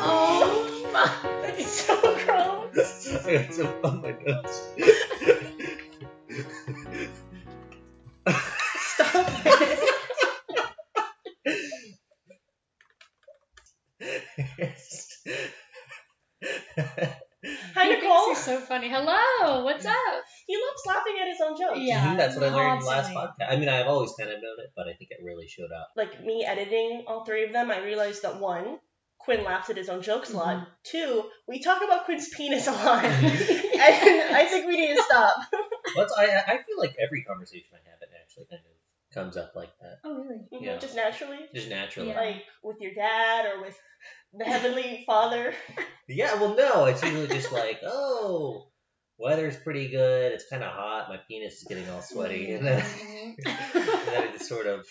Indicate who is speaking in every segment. Speaker 1: Oh,
Speaker 2: It's so gross.
Speaker 3: I got some on my nose.
Speaker 2: Stop it.
Speaker 1: He
Speaker 2: Hi,
Speaker 1: thinks
Speaker 2: Nicole.
Speaker 1: he's so funny. Hello, what's up?
Speaker 2: He loves laughing at his own jokes.
Speaker 1: Yeah.
Speaker 3: Mhm, That's what I learned last
Speaker 1: constantly.
Speaker 3: podcast. I mean, I've always kind of known it, but I think it really showed up.
Speaker 2: Like me editing all three of them, I realized that one, Quinn laughs at his own jokes a lot. Two, we talk about Quinn's penis a lot. and I think we need to stop.
Speaker 3: That's I. I feel like every conversation I have, it actually kind of comes up like that,
Speaker 1: Oh, really?
Speaker 2: Mhm,
Speaker 3: Yeah.
Speaker 2: Just naturally.
Speaker 3: just naturally.
Speaker 1: Yeah.
Speaker 3: Yeah.
Speaker 2: Like with your dad or with the Heavenly Father.
Speaker 3: well, no, it's usually just like, oh, weather's pretty good. It's kind of hot. My penis is getting all sweaty, and then, and then it just sort of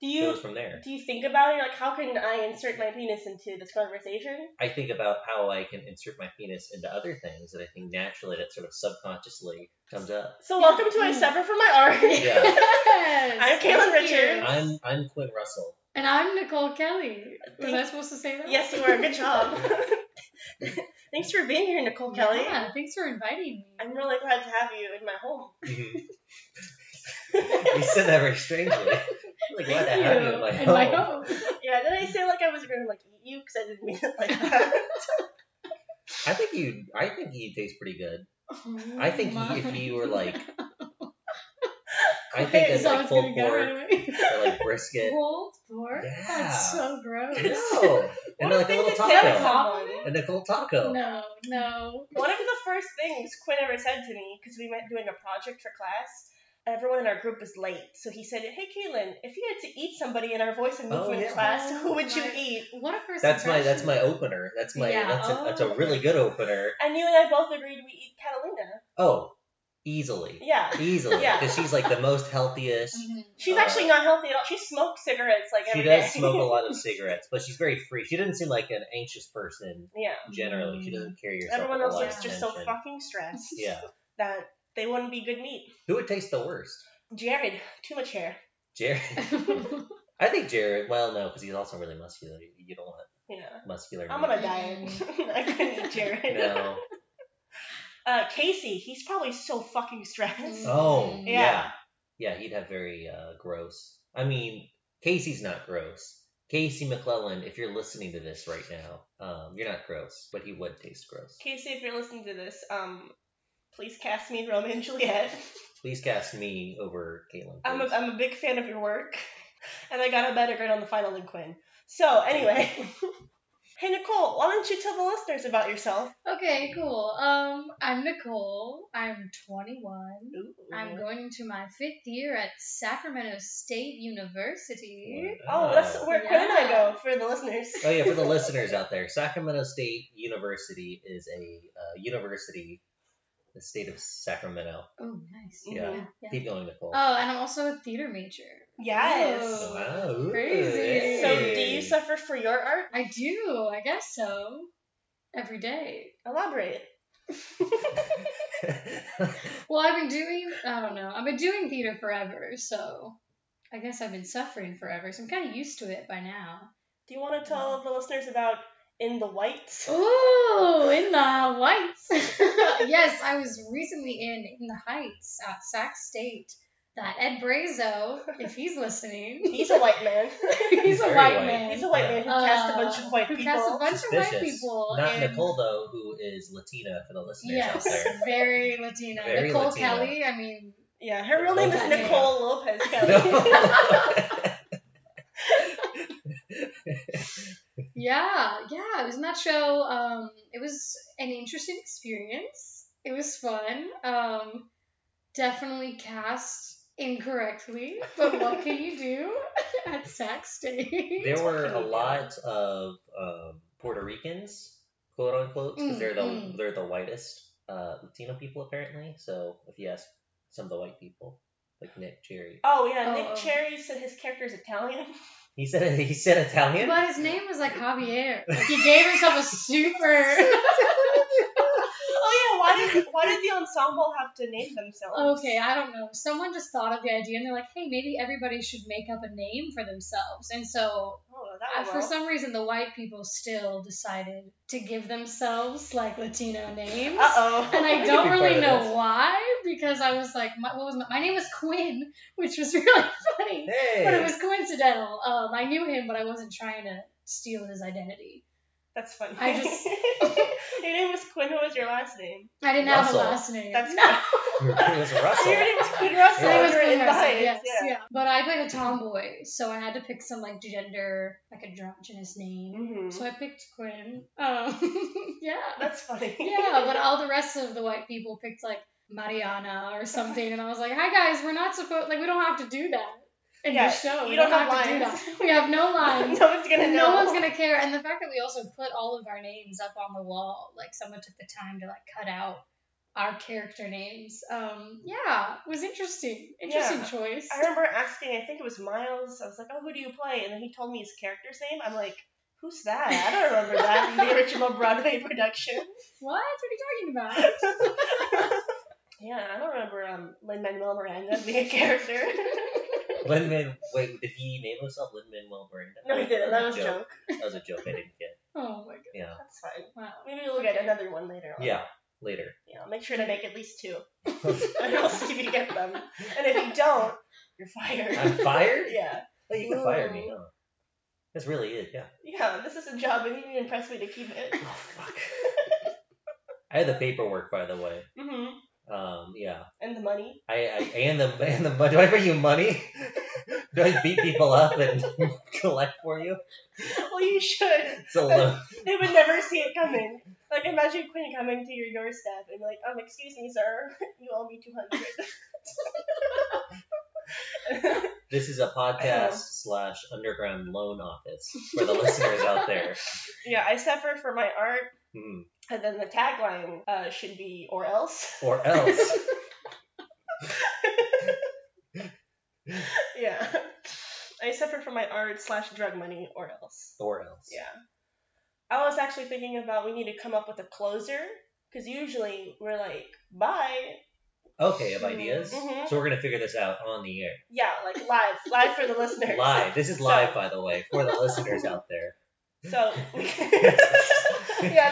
Speaker 2: Do you
Speaker 3: goes from there.
Speaker 2: do you think about it? You're like, how can I insert my penis into this conversation?
Speaker 3: I think about how I can insert my penis into other things that I think naturally that sort of subconsciously comes up.
Speaker 2: So welcome to I Suffer for My Art.
Speaker 3: Yeah.
Speaker 1: Yes,
Speaker 2: I'm Caitlin
Speaker 1: thank
Speaker 2: Richards.
Speaker 1: you.
Speaker 3: I'm I'm Quinn Russell.
Speaker 1: And I'm Nicole Kelly. Was I
Speaker 2: Thank-
Speaker 1: supposed to say that?
Speaker 2: yes, you are. Good job. Thanks for being here, Nicole Kelly.
Speaker 1: Oh, Yeah, thanks for inviting me.
Speaker 2: I'm really glad to have you in my home.
Speaker 3: you said that very strangely. I'm Like, oh. glad to
Speaker 1: Thank
Speaker 3: have
Speaker 1: you.
Speaker 3: you in my
Speaker 1: And
Speaker 3: home.
Speaker 1: home.
Speaker 2: Yeah, did I say like I was gonna like eat you because I didn't mean it like that?
Speaker 3: I think you. I think you taste pretty good. I think you, if you were like, I think
Speaker 2: Wait,
Speaker 3: it's
Speaker 1: so
Speaker 3: like
Speaker 1: it's gonna
Speaker 3: pulled
Speaker 1: go
Speaker 3: pork
Speaker 1: right away.
Speaker 3: or like brisket.
Speaker 1: Pulled pork?
Speaker 3: Yeah.
Speaker 1: That's so gross.
Speaker 3: No, and like a little
Speaker 1: that
Speaker 3: taco,
Speaker 1: someone.
Speaker 3: and a cold taco.
Speaker 1: No, no.
Speaker 2: One of the first things Quinn ever said to me, because we went doing a project for class, and everyone in our group was late. So he said, Hey Kaylin, if you had to eat somebody in our voice and
Speaker 3: Oh,
Speaker 2: movement
Speaker 3: yeah.
Speaker 2: class, who
Speaker 1: Oh,
Speaker 2: would you
Speaker 1: my-
Speaker 2: eat?
Speaker 1: What a first
Speaker 3: That's my.
Speaker 1: impression.
Speaker 3: That's my opener. That's my.
Speaker 1: Yeah,
Speaker 3: That's a, that's a
Speaker 1: oh.
Speaker 3: really good opener.
Speaker 2: And you and I both agreed we eat Catalina.
Speaker 3: Oh, easily,
Speaker 2: Yeah.
Speaker 3: easily, because
Speaker 2: Yeah.
Speaker 3: she's like the most healthiest.
Speaker 1: Mhm.
Speaker 2: She's
Speaker 3: Uh,
Speaker 2: actually not healthy at all. She smokes cigarettes like
Speaker 3: She
Speaker 2: every day.
Speaker 3: does smoke a lot of cigarettes, but she's very free. She doesn't seem like an anxious person
Speaker 2: yeah.
Speaker 3: generally. She doesn't carry herself.
Speaker 2: Everyone
Speaker 3: with a
Speaker 2: else
Speaker 3: lot
Speaker 2: was
Speaker 3: of
Speaker 2: just so
Speaker 3: tension.
Speaker 2: fucking stressed
Speaker 3: Yeah.
Speaker 2: that they wouldn't be good meat.
Speaker 3: Who would taste the worst?
Speaker 2: Jared, too much hair.
Speaker 3: Jared.
Speaker 1: Mm-hmm.
Speaker 3: I think Jared. Well, no, because he's also really muscular. You- You don't want
Speaker 2: You know.
Speaker 3: muscular.
Speaker 2: I'm
Speaker 3: meat.
Speaker 2: on a diet. I couldn't eat Jared.
Speaker 3: No.
Speaker 2: Uh, Casey, he's probably so fucking stressed. Mm-hmm.
Speaker 3: Oh,
Speaker 1: Yeah.
Speaker 3: yeah. Yeah, he'd have very uh, gross. I mean, Casey's not gross. Casey McClellan, if you're listening to this right now, um, you're not gross, but he would taste gross.
Speaker 2: Casey, if you're listening to this, um, please cast me in Romeo and Juliet.
Speaker 3: Please cast me over Caitlin.
Speaker 2: I'm a,
Speaker 3: please.
Speaker 2: I'm a big fan of your work, and I got a better grade on the final than Quinn. So anyway, hey Nicole, why don't you tell the listeners about yourself?
Speaker 1: Okay, cool. Um, I'm Nicole. I'm 21.
Speaker 2: Ooh.
Speaker 1: I'm going into my fifth year at Sacramento State University.
Speaker 2: Oh, that's where Quinn and I
Speaker 1: Yeah.
Speaker 2: go for the listeners.
Speaker 3: Uh, Oh yeah, for the listeners out there, Sacramento State University is a uh, university, in the state of Sacramento.
Speaker 1: Oh, nice.
Speaker 3: Yeah.
Speaker 2: Mhm.
Speaker 1: Yeah.
Speaker 3: Keep going, Nicole.
Speaker 1: Oh, and I'm also a theater major.
Speaker 2: Yes.
Speaker 1: Oh.
Speaker 3: wow. ooh,
Speaker 1: Crazy.
Speaker 3: hey.
Speaker 2: So do you suffer for your art?
Speaker 1: I do. I guess so. Every day.
Speaker 2: Elaborate.
Speaker 1: Well, I've been doing. I don't know. I've been doing theater forever, so I guess I've been suffering forever. So I'm kind of used to it by now.
Speaker 2: Do you want to tell the listeners about In the Whites?
Speaker 1: Ooh, in the whites. yes, I was recently in In the Heights at Sac State. That Ed Brazo, if he's listening,
Speaker 2: He's a white man.
Speaker 1: he's a
Speaker 3: Very
Speaker 1: white,
Speaker 3: white.
Speaker 1: man.
Speaker 2: He's a white man who cast a bunch of white
Speaker 1: Uh, who
Speaker 2: people.
Speaker 1: cast a bunch of white
Speaker 3: Suspicious.
Speaker 1: people.
Speaker 3: Not
Speaker 1: and-
Speaker 3: Nicole though, who is Latina for the listeners out
Speaker 1: Yes,
Speaker 3: there.
Speaker 1: very Latina.
Speaker 3: Very
Speaker 1: Nicole
Speaker 3: Latina.
Speaker 1: Kelly. I mean,
Speaker 2: Yeah, her real name is
Speaker 1: Okay.
Speaker 2: Nicole Lopez Kelly.
Speaker 3: No.
Speaker 1: yeah, yeah. It was in that show. Um, it was an interesting experience. It was fun. Um, definitely cast incorrectly, but what can you do at Sac State?
Speaker 3: there were a
Speaker 2: Fucking
Speaker 3: lot of um, Puerto Ricans, quote unquote, because
Speaker 1: Mm,
Speaker 3: they're the
Speaker 1: mm.
Speaker 3: they're the whitest uh, Latino people apparently. So if you ask some of the white people, like Nick Cherry,
Speaker 2: oh yeah,
Speaker 1: Oh,
Speaker 2: Nick
Speaker 1: oh.
Speaker 2: Cherry said his character is Italian.
Speaker 3: he said he said Italian.
Speaker 1: But his name was like Javier. Like he gave himself a super.
Speaker 2: oh yeah, why why did why did the ensemble have to name themselves?
Speaker 1: Okay, I don't know. Someone just thought of the idea and they're like, hey, maybe everybody should make up a name for themselves. And so,
Speaker 2: Oh,
Speaker 1: uh,
Speaker 2: that
Speaker 1: for some reason, the white people still decided to give themselves like Latino names.
Speaker 2: Uh oh.
Speaker 1: And I
Speaker 3: could
Speaker 1: don't
Speaker 3: be part
Speaker 1: really
Speaker 3: of
Speaker 1: know
Speaker 3: this.
Speaker 1: why because I was like, my, what was my, my name was Quinn, which was really funny, but it
Speaker 3: Hey.
Speaker 1: was coincidental. Um, I knew him, but I wasn't trying to steal his identity.
Speaker 2: That's funny.
Speaker 1: I just-
Speaker 2: your name was Quinn. What was your last name?
Speaker 1: I didn't have a
Speaker 3: Russell.
Speaker 1: last name.
Speaker 2: That's
Speaker 1: no.
Speaker 3: It was Russell.
Speaker 2: Your name was Quinn Russell.
Speaker 3: Yeah.
Speaker 1: I
Speaker 2: you
Speaker 1: was
Speaker 2: were
Speaker 1: Quinn
Speaker 2: in
Speaker 1: Russell,
Speaker 2: Vines,
Speaker 1: yes,
Speaker 2: yeah.
Speaker 1: yeah. But I played a tomboy, so I had to pick some like gender, like androgynous name.
Speaker 2: Mhm.
Speaker 1: So I picked Quinn. Um, yeah,
Speaker 2: That's funny.
Speaker 1: yeah. But all the rest of the white people picked like Mariana or something, and I was like, "Hi guys, we're not supposed like we don't have to do that in
Speaker 2: Yeah,
Speaker 1: the show.
Speaker 2: you
Speaker 1: we
Speaker 2: don't have
Speaker 1: to do
Speaker 2: lines.
Speaker 1: that. We have no lines."
Speaker 2: no one's gonna
Speaker 1: no
Speaker 2: know.
Speaker 1: one's gonna care, and the fact that we also put all of our names up on the wall, like someone took the time to like cut out our character names. Um, yeah, was interesting. Interesting
Speaker 2: Yeah.
Speaker 1: choice.
Speaker 2: I remember asking. I think it was Miles. I was like, "Oh, who do you play?" And then he told me his character's name. I'm like, "Who's that? I don't remember that in the original Broadway production."
Speaker 1: What? What are you talking about?
Speaker 2: Yeah, I don't remember um, Lin Manuel Miranda being a character.
Speaker 3: Lin Man. Wait, did he name himself Lin Manuel Miranda?
Speaker 2: no, he didn't. That was a joke.
Speaker 3: That was a joke I didn't get.
Speaker 1: Oh my god!
Speaker 3: Yeah.
Speaker 2: That's fine.
Speaker 1: Wow.
Speaker 2: Maybe we'll get another one later on.
Speaker 3: Yeah. Later.
Speaker 2: Yeah, I'll make sure to make at least two, and I'll see if you get them. And if you don't, you're fired.
Speaker 3: I'm fired.
Speaker 2: yeah,
Speaker 3: Oh, you can fire me.
Speaker 1: Whoa.
Speaker 3: Huh? That's really it. Yeah.
Speaker 2: yeah. This is a job, and you need to impress me to keep it.
Speaker 3: Oh fuck. I had the paperwork, by the way.
Speaker 2: hmm
Speaker 3: Um. Yeah.
Speaker 2: And the money.
Speaker 3: I, I and the and the do I bring you money? do I beat people up and collect for you?
Speaker 2: Well, you should.
Speaker 3: It's a loan.
Speaker 2: They would never see it coming. Like imagine Quinn coming to your doorstep and be like, um, excuse me, sir, you owe me two hundred.
Speaker 3: This is a podcast slash underground loan office for the listeners out there.
Speaker 2: yeah, I suffer for my art,
Speaker 3: Hmm.
Speaker 2: and then the tagline uh, should be or else.
Speaker 3: Or else.
Speaker 2: Yeah, I suffer for my art slash drug money or else.
Speaker 3: Or else.
Speaker 2: Yeah. I was actually thinking about we need to come up with a closer because usually we're like bye.
Speaker 3: Okay, of ideas.
Speaker 2: Mhm.
Speaker 3: So we're gonna figure this out on the air.
Speaker 2: Yeah, like live, live for the listeners.
Speaker 3: Live. This is live, by the way, for the listeners out there.
Speaker 2: So, yeah,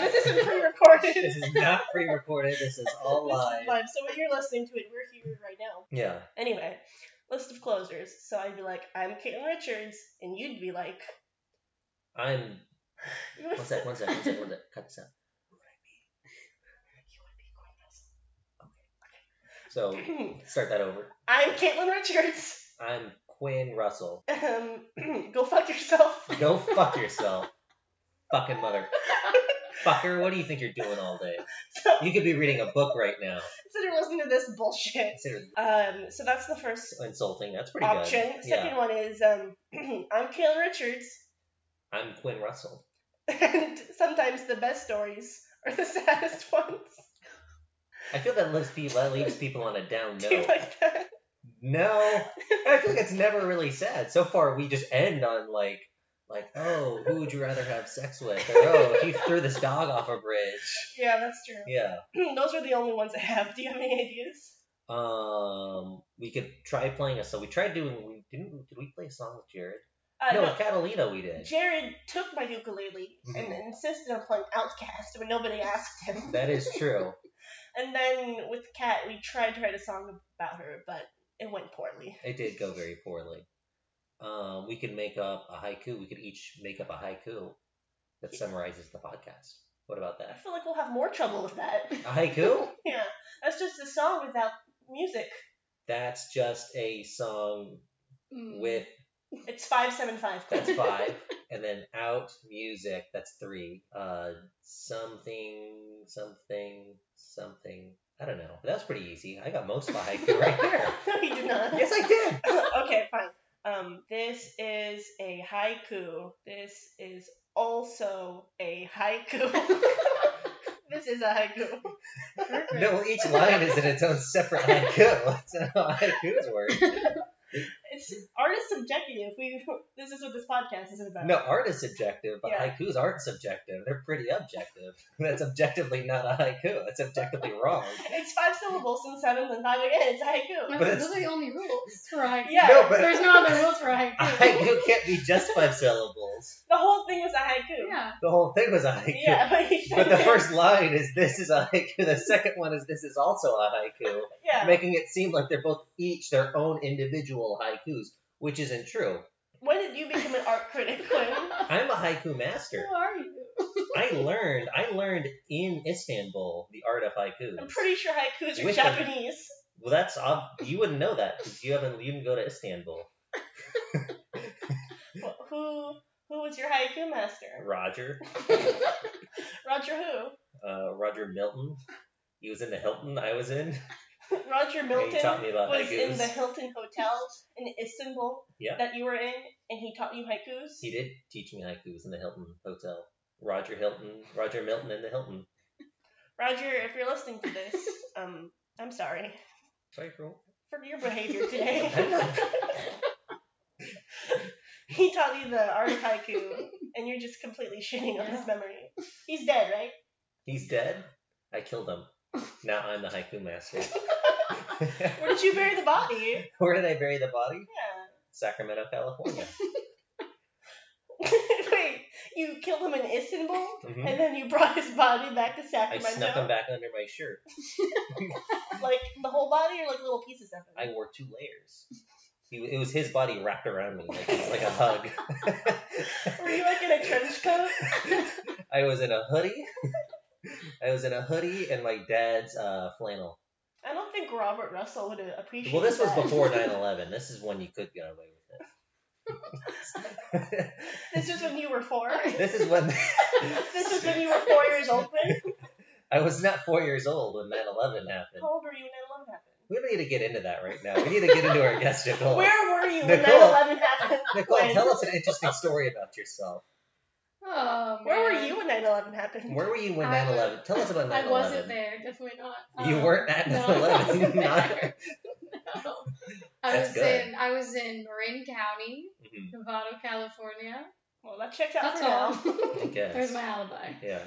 Speaker 2: this isn't pre-recorded.
Speaker 3: This is not pre-recorded. This is all
Speaker 2: This
Speaker 3: live.
Speaker 2: is live. So when you're listening to it, we're here right now.
Speaker 3: Yeah.
Speaker 2: Anyway, list of closers. So I'd be like, I'm Caitlin Richards, and you'd be like,
Speaker 3: I'm.
Speaker 2: you would,
Speaker 3: One sec. One sec. One sec. One sec. Cut this out.
Speaker 2: you would
Speaker 3: So
Speaker 2: be Quinn Russell.
Speaker 3: start that over.
Speaker 2: I'm Caitlin Richards.
Speaker 3: I'm Quinn Russell.
Speaker 2: Um, go fuck yourself.
Speaker 3: Go fuck yourself. Fucking mother. Fucker, what do you think you're doing all day?
Speaker 2: So
Speaker 3: You could be reading a book right now.
Speaker 2: consider listening to this bullshit.
Speaker 3: Consider
Speaker 2: Um, so that's the first
Speaker 3: insulting. That's pretty
Speaker 2: option.
Speaker 3: good.
Speaker 2: Second
Speaker 3: Yeah.
Speaker 2: one is um, I'm Caitlin Richards.
Speaker 3: I'm Quinn Russell.
Speaker 2: and sometimes the best stories are the saddest ones.
Speaker 3: I feel that leaves people that leaves people on a down
Speaker 2: Do you
Speaker 3: note.
Speaker 2: like that?
Speaker 3: No, I feel like it's never really sad. So far, we just end on like, like, oh, who would you rather have sex with? Or oh, he threw this dog off a bridge.
Speaker 2: Yeah, that's true.
Speaker 3: Yeah.
Speaker 2: Those are the only ones I have. Do you have any ideas?
Speaker 3: Um, we could try playing a song. We tried doing. We didn't. Did we play a song with Jared?
Speaker 2: Uh,
Speaker 3: no,
Speaker 2: no.
Speaker 3: Catalina. We did.
Speaker 2: Jared took my ukulele and
Speaker 3: Mhm.
Speaker 2: insisted on playing Outcast when nobody asked him.
Speaker 3: That is true.
Speaker 2: And then with Kat, we tried to write a song about her, but it went poorly.
Speaker 3: It did go very poorly. Um, we could make up a haiku. We could each make up a haiku that summarizes the podcast. What about
Speaker 2: I
Speaker 3: that?
Speaker 2: feel like we'll have more trouble with that.
Speaker 3: A haiku?
Speaker 2: yeah, that's just a song without music.
Speaker 3: That's just a song
Speaker 1: Mm.
Speaker 3: with
Speaker 2: It's five seven five.
Speaker 3: that's five, and then out music. That's three. Uh, something, something, something. I don't know. That was pretty easy. I got most of a haiku right there.
Speaker 2: no, he did not.
Speaker 3: Yes, I did.
Speaker 2: okay, fine. Um, this is a haiku. This is also a haiku. this is a haiku.
Speaker 3: No, each line is in its own separate haiku. That's how haikus work.
Speaker 2: It's art is subjective. We this is what this podcast is about.
Speaker 3: No, art is subjective, but
Speaker 2: Yeah.
Speaker 3: haikus aren't subjective. They're pretty objective. That's objectively not a haiku. That's objectively wrong.
Speaker 2: It's five syllables and seven and five again. It's haiku.
Speaker 1: No,
Speaker 3: But
Speaker 1: those
Speaker 3: it's-
Speaker 1: are the only rules for haiku.
Speaker 2: Yeah.
Speaker 3: No, but
Speaker 1: There's no other rules for haiku.
Speaker 3: a haiku can't be just five syllables.
Speaker 2: The whole thing was a haiku.
Speaker 1: Yeah.
Speaker 3: The whole thing was a haiku.
Speaker 2: Yeah, but, he
Speaker 3: But the
Speaker 2: said-
Speaker 3: first line is this is a haiku. The second one is this is also a haiku,
Speaker 2: yeah,
Speaker 3: making it seem like they're both each their own individual haikus, which isn't true.
Speaker 2: when did you become an art critic? Quinn?
Speaker 3: I'm a haiku master.
Speaker 1: Who are you?
Speaker 3: I learned I learned in Istanbul the art of haikus.
Speaker 2: I'm pretty sure haikus are
Speaker 3: With the-
Speaker 2: Japanese.
Speaker 3: Well, that's ob- you wouldn't know that because you haven't you didn't go to Istanbul.
Speaker 2: Wh- Who who was your haiku master?
Speaker 3: Roger,
Speaker 2: Roger who?
Speaker 3: uh, Roger Milton. He was in the Hilton I was in.
Speaker 2: Roger
Speaker 3: And he taught
Speaker 2: Milton
Speaker 3: me about
Speaker 2: was
Speaker 3: haikus.
Speaker 2: in the Hilton Hotel in Istanbul
Speaker 3: Yeah.
Speaker 2: that you were in, and he taught you haikus.
Speaker 3: He did teach me haikus in the Hilton Hotel. Roger Hilton, Roger Milton in the Hilton.
Speaker 2: Roger, if you're listening to this, um, I'm sorry
Speaker 3: Sorry for what?
Speaker 2: for your behavior today.
Speaker 3: I'm not-
Speaker 2: he taught you the art of haiku, and you're just completely shitting on his memory. He's dead, right?
Speaker 3: He's dead. I killed him. Now I'm the haiku master.
Speaker 2: Where did you bury the body?
Speaker 3: Where did I bury the body?
Speaker 2: Yeah.
Speaker 3: Sacramento, California.
Speaker 2: Wait, you killed him in Istanbul,
Speaker 3: Mhm.
Speaker 2: and then you brought his body back to
Speaker 3: I
Speaker 2: Sacramento.
Speaker 3: snuck him back under my shirt.
Speaker 2: Like the whole body, or like little pieces of it.
Speaker 3: I wore two layers. He, it was his body wrapped around me like it was like a hug.
Speaker 2: Were you like in a trench coat?
Speaker 3: I was in a hoodie. I was in a hoodie and my dad's uh, flannel.
Speaker 2: I don't think Robert Russell would appreciate.
Speaker 3: Well, this was
Speaker 2: that.
Speaker 3: before 9/11. This is when you could get away with it.
Speaker 2: This was when you were four.
Speaker 3: this is when
Speaker 2: This was when you were four years old. Quinn?
Speaker 3: I was not four years old when 9/11 happened.
Speaker 2: How old were you when 9/11 happened?
Speaker 3: We don't need to get into that right now. We need to get into our guest Nicole.
Speaker 2: Where were you when
Speaker 3: Nicole.
Speaker 2: 9/11 happened?
Speaker 3: Nicole,
Speaker 2: Quinn?
Speaker 3: tell us an interesting story about yourself.
Speaker 1: Oh,
Speaker 2: Where were
Speaker 1: man.
Speaker 2: you when 9/11 happened?
Speaker 3: Where were you when
Speaker 1: I
Speaker 3: 9/11? Tell us about 9/11.
Speaker 1: I wasn't there. Definitely not.
Speaker 3: You
Speaker 1: Um,
Speaker 3: weren't at
Speaker 1: no,
Speaker 3: 9/11.
Speaker 1: I wasn't
Speaker 3: Not-
Speaker 1: there. No. I
Speaker 3: That's
Speaker 1: was
Speaker 3: good.
Speaker 1: in I was in Marin County,
Speaker 3: Mhm.
Speaker 1: Nevada, California.
Speaker 2: Well, that checks out
Speaker 1: That's
Speaker 2: for now.
Speaker 1: all.
Speaker 3: Okay.
Speaker 1: There's my alibi.
Speaker 3: Yeah.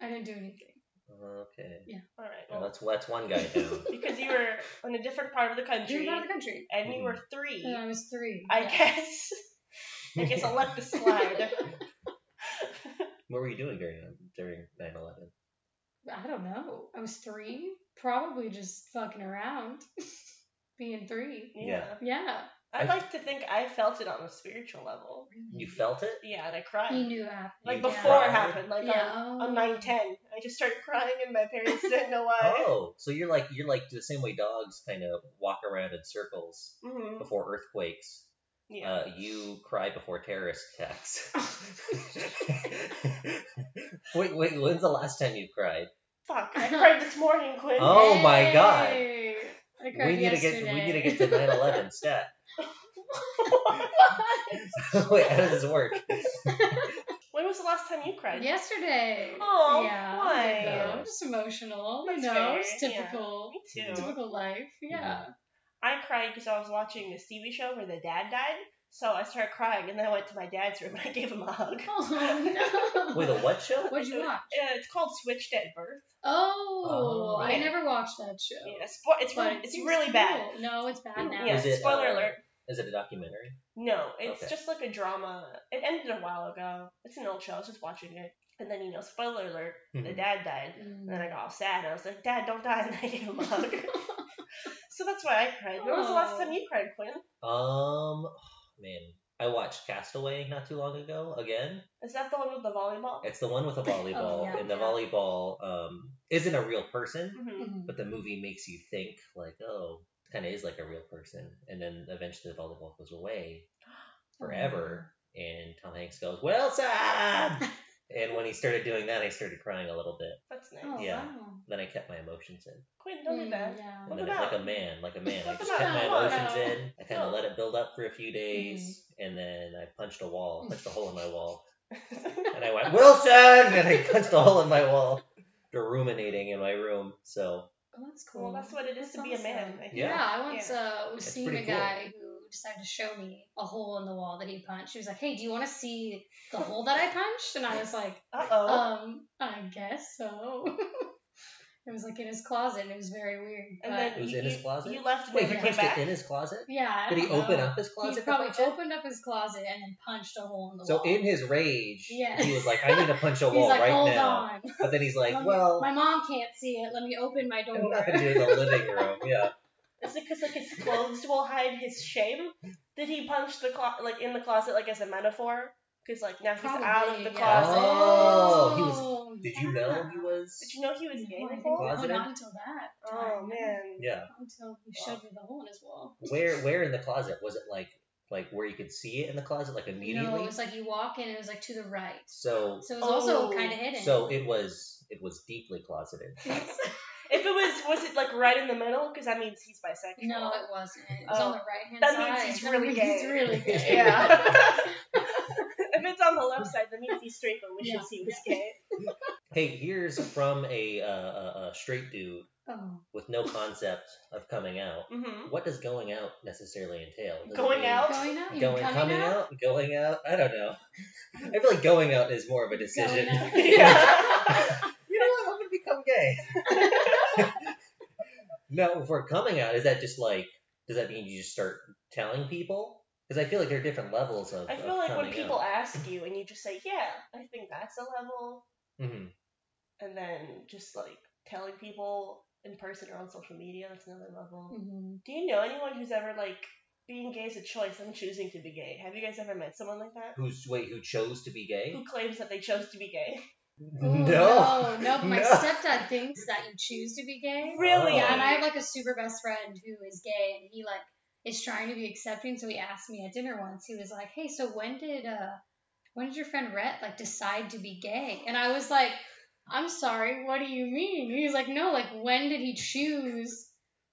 Speaker 1: I didn't do anything.
Speaker 3: Okay.
Speaker 2: All right. Well,
Speaker 3: Well, that's that's one guy down.
Speaker 2: because you were in a different part of the
Speaker 1: You
Speaker 2: country
Speaker 1: were out of the country.
Speaker 2: and you were three,
Speaker 1: And I was three.
Speaker 2: I
Speaker 1: Yeah.
Speaker 2: guess. I guess I'll let this slide.
Speaker 3: What were you doing during during 9/11?
Speaker 1: I don't know. I was three. Probably just fucking around. Being three.
Speaker 2: Yeah.
Speaker 1: Yeah.
Speaker 2: I like to think I felt it on a spiritual level.
Speaker 3: You felt it?
Speaker 2: Yeah, and I
Speaker 1: He
Speaker 2: cried.
Speaker 1: knew that.
Speaker 2: Like
Speaker 3: You
Speaker 2: before
Speaker 3: cried?
Speaker 2: it happened, like
Speaker 1: Mm. yeah.
Speaker 2: on, on 9 I just started crying and my parents didn't know why.
Speaker 3: Oh, so you're like you're like the same way dogs kind of walk around in circles
Speaker 2: hmm
Speaker 3: before earthquakes.
Speaker 2: Yeah.
Speaker 3: Uh, you cry before terrorist attacks. wait, wait. When's the last time you cried?
Speaker 2: Fuck, I cried this morning, Quinn.
Speaker 3: Oh my God.
Speaker 1: Hey. I cried
Speaker 3: we need to get we need to get the 9/11 stat. wait, how does this work?
Speaker 2: When was the last time you cried?
Speaker 1: Yesterday.
Speaker 2: Oh,
Speaker 1: yeah.
Speaker 2: why?
Speaker 1: Yeah, I'm just emotional.
Speaker 2: That's
Speaker 1: you know, it's
Speaker 2: fair, yeah.
Speaker 1: typical.
Speaker 2: Me too.
Speaker 1: Typical life. Yeah.
Speaker 2: I cried because I was watching this TV show where the dad died. So I started crying, and then I went to my dad's room and I gave him a hug.
Speaker 1: Oh no.
Speaker 3: Wait, the what show?
Speaker 1: What'd you watch?
Speaker 2: Uh, it's called Switched at Birth.
Speaker 1: Oh,
Speaker 3: Oh.
Speaker 1: I never watched that show.
Speaker 2: Yeah, spo- it's really,
Speaker 1: But
Speaker 2: it's
Speaker 1: seems
Speaker 2: really bad.
Speaker 1: cool. No, it's bad now.
Speaker 2: Yeah,
Speaker 3: Is it,
Speaker 2: spoiler
Speaker 3: uh,
Speaker 2: alert.
Speaker 3: Is it a documentary?
Speaker 2: No, it's
Speaker 3: Okay.
Speaker 2: just like a drama. It ended a while ago. It's an old show. I was just watching it, and then you know, spoiler alert, the
Speaker 1: Hmm.
Speaker 3: Mhm.
Speaker 2: dad died. And
Speaker 1: Mm.
Speaker 2: then I got all sad. I was like, Dad, don't die, and I gave him a hug. so that's why I cried. When was the last
Speaker 1: Aw.
Speaker 2: time you cried, Quinn?
Speaker 3: Um, man, I watched Castaway not too long ago again.
Speaker 2: Is that the one with the volleyball?
Speaker 3: It's the one with the volleyball,
Speaker 1: Oh, yeah.
Speaker 3: and the
Speaker 1: Yeah.
Speaker 3: volleyball um isn't a real person,
Speaker 2: hmm
Speaker 1: Mm.
Speaker 3: but the movie makes you think like, oh, kind of is like a real person, and then eventually the volleyball goes away forever, and Tom Hanks goes Wilson, and when he started doing that, I started crying a little bit.
Speaker 2: That's nice.
Speaker 1: Oh,
Speaker 3: Yeah.
Speaker 1: wow.
Speaker 3: Then I kept my emotions in.
Speaker 2: Quinn, don't do
Speaker 1: Mm,
Speaker 2: that.
Speaker 1: yeah.
Speaker 2: What
Speaker 3: And then,
Speaker 2: about-
Speaker 3: like a man, like a man, I
Speaker 2: What
Speaker 3: just
Speaker 2: about-
Speaker 3: kept my
Speaker 2: no,
Speaker 3: emotions
Speaker 1: no.
Speaker 3: in. I kind
Speaker 2: No.
Speaker 3: of let it build up for a few days, and then I punched a wall, punched a hole in my wall, and I went Wilson, and I punched a hole in my wall. After ruminating in my room, so
Speaker 1: Oh, that's cool.
Speaker 2: Well, that's what it is
Speaker 1: That's
Speaker 2: to be a man.
Speaker 1: awesome.
Speaker 2: I think.
Speaker 3: Yeah.
Speaker 1: Yeah, I once uh, was
Speaker 3: That's
Speaker 1: seeing a
Speaker 3: pretty cool.
Speaker 1: guy who decided to show me a hole in the wall that he punched. He was like, "Hey, do you want to see the hole that I punched?" And I was like,
Speaker 2: Uh oh.
Speaker 1: "Um, I guess so." it was like in his closet, and it was very weird.
Speaker 2: and
Speaker 1: but-
Speaker 2: then
Speaker 3: It was
Speaker 2: you,
Speaker 3: in his
Speaker 2: you-
Speaker 3: closet?
Speaker 2: you left and
Speaker 3: Wait,
Speaker 2: never
Speaker 3: he
Speaker 2: came
Speaker 3: punched
Speaker 2: back.
Speaker 3: it in his closet?
Speaker 1: yeah, I
Speaker 3: Did he
Speaker 1: don't
Speaker 3: open
Speaker 1: know.
Speaker 3: up his closet?
Speaker 1: He
Speaker 3: to
Speaker 1: probably
Speaker 3: punch it?
Speaker 1: opened up his closet and then punched a hole in the
Speaker 3: So
Speaker 1: wall.
Speaker 3: in his rage,
Speaker 1: Yeah.
Speaker 3: he was like, "I need to punch a
Speaker 1: He's
Speaker 3: wall
Speaker 1: like,
Speaker 3: right
Speaker 1: "Hold
Speaker 3: now."
Speaker 1: on,
Speaker 3: But then he's like,
Speaker 1: Let me-
Speaker 3: "Well,
Speaker 1: my mom can't see it. Let me open my
Speaker 3: I'm
Speaker 1: door."
Speaker 3: not gonna do it in the living room." Yeah.
Speaker 2: Is it because like his clothes will hide his shame? Did he punch the clo- like in the closet like as a metaphor? Because like now he's out of
Speaker 1: Probably,
Speaker 2: the
Speaker 1: yeah.
Speaker 2: closet.
Speaker 3: Oh, he was-
Speaker 1: Oh,
Speaker 3: Did you
Speaker 1: yeah.
Speaker 3: know he was?
Speaker 2: Did you know he was
Speaker 1: No,
Speaker 2: gay
Speaker 1: I think-
Speaker 2: before?
Speaker 1: no,
Speaker 3: Closeted?
Speaker 1: not until that.
Speaker 2: Oh
Speaker 1: time.
Speaker 2: man.
Speaker 3: Yeah.
Speaker 1: Not until he showed me the hole in his wall.
Speaker 3: Where where in the closet was it? Like like where you could see it in the closet, like
Speaker 1: No,
Speaker 3: immediately.
Speaker 1: it was like you walk in, and it was like to the right.
Speaker 3: So
Speaker 1: So it was also
Speaker 2: Oh.
Speaker 1: kind of hidden.
Speaker 3: so it was it was deeply closeted.
Speaker 2: If it was, was it like right in the middle? Because that means he's bisexual.
Speaker 1: no, it wasn't. It was
Speaker 2: Oh.
Speaker 1: on the right hand
Speaker 2: That
Speaker 1: side.
Speaker 2: means he's
Speaker 1: That
Speaker 2: really
Speaker 1: means
Speaker 2: gay.
Speaker 1: He's really gay.
Speaker 2: Yeah. if it's on the left side, that means he's straight, but we
Speaker 1: Yeah.
Speaker 2: should see was gay.
Speaker 3: Hey, here's from a, uh, a a straight dude
Speaker 1: Oh.
Speaker 3: with no concept of coming out.
Speaker 2: Mm-hmm.
Speaker 3: What does going out necessarily entail? Does it
Speaker 2: Going
Speaker 3: mean
Speaker 2: out?
Speaker 1: Going out? You
Speaker 3: Going
Speaker 1: coming,
Speaker 3: coming
Speaker 1: out?
Speaker 3: out? Going out? I don't know. I feel like going out is more of a decision.
Speaker 1: Going out.
Speaker 2: Yeah.
Speaker 3: you know what? I'm gonna become gay. no, for coming out, is that just like? Does that mean you just start telling people? Because I feel like there are different levels of.
Speaker 2: I feel like when people ask you and you just say, yeah, I think that's a level,
Speaker 3: hmm
Speaker 2: and then just like telling people in person or on social media, that's another level.
Speaker 1: Mhm.
Speaker 2: Do you know anyone who's ever like, being gay is a choice, I'm choosing to be gay? Have you guys ever met someone like that?
Speaker 3: Who's wait? Who chose to be gay?
Speaker 2: Who claims that they chose to be gay?
Speaker 1: Ooh,
Speaker 3: No.
Speaker 1: No, no, but my
Speaker 3: No.
Speaker 1: stepdad thinks that you choose to be gay.
Speaker 2: Really?
Speaker 3: Oh.
Speaker 1: Yeah, and I have like a super best friend who is gay, and he like is trying to be accepting. So he asked me at dinner once. He was like, "Hey, so when did uh, when did your friend Rhett like decide to be gay?" And I was like, "I'm sorry, what do you mean?" And he's like, "No, like when did he choose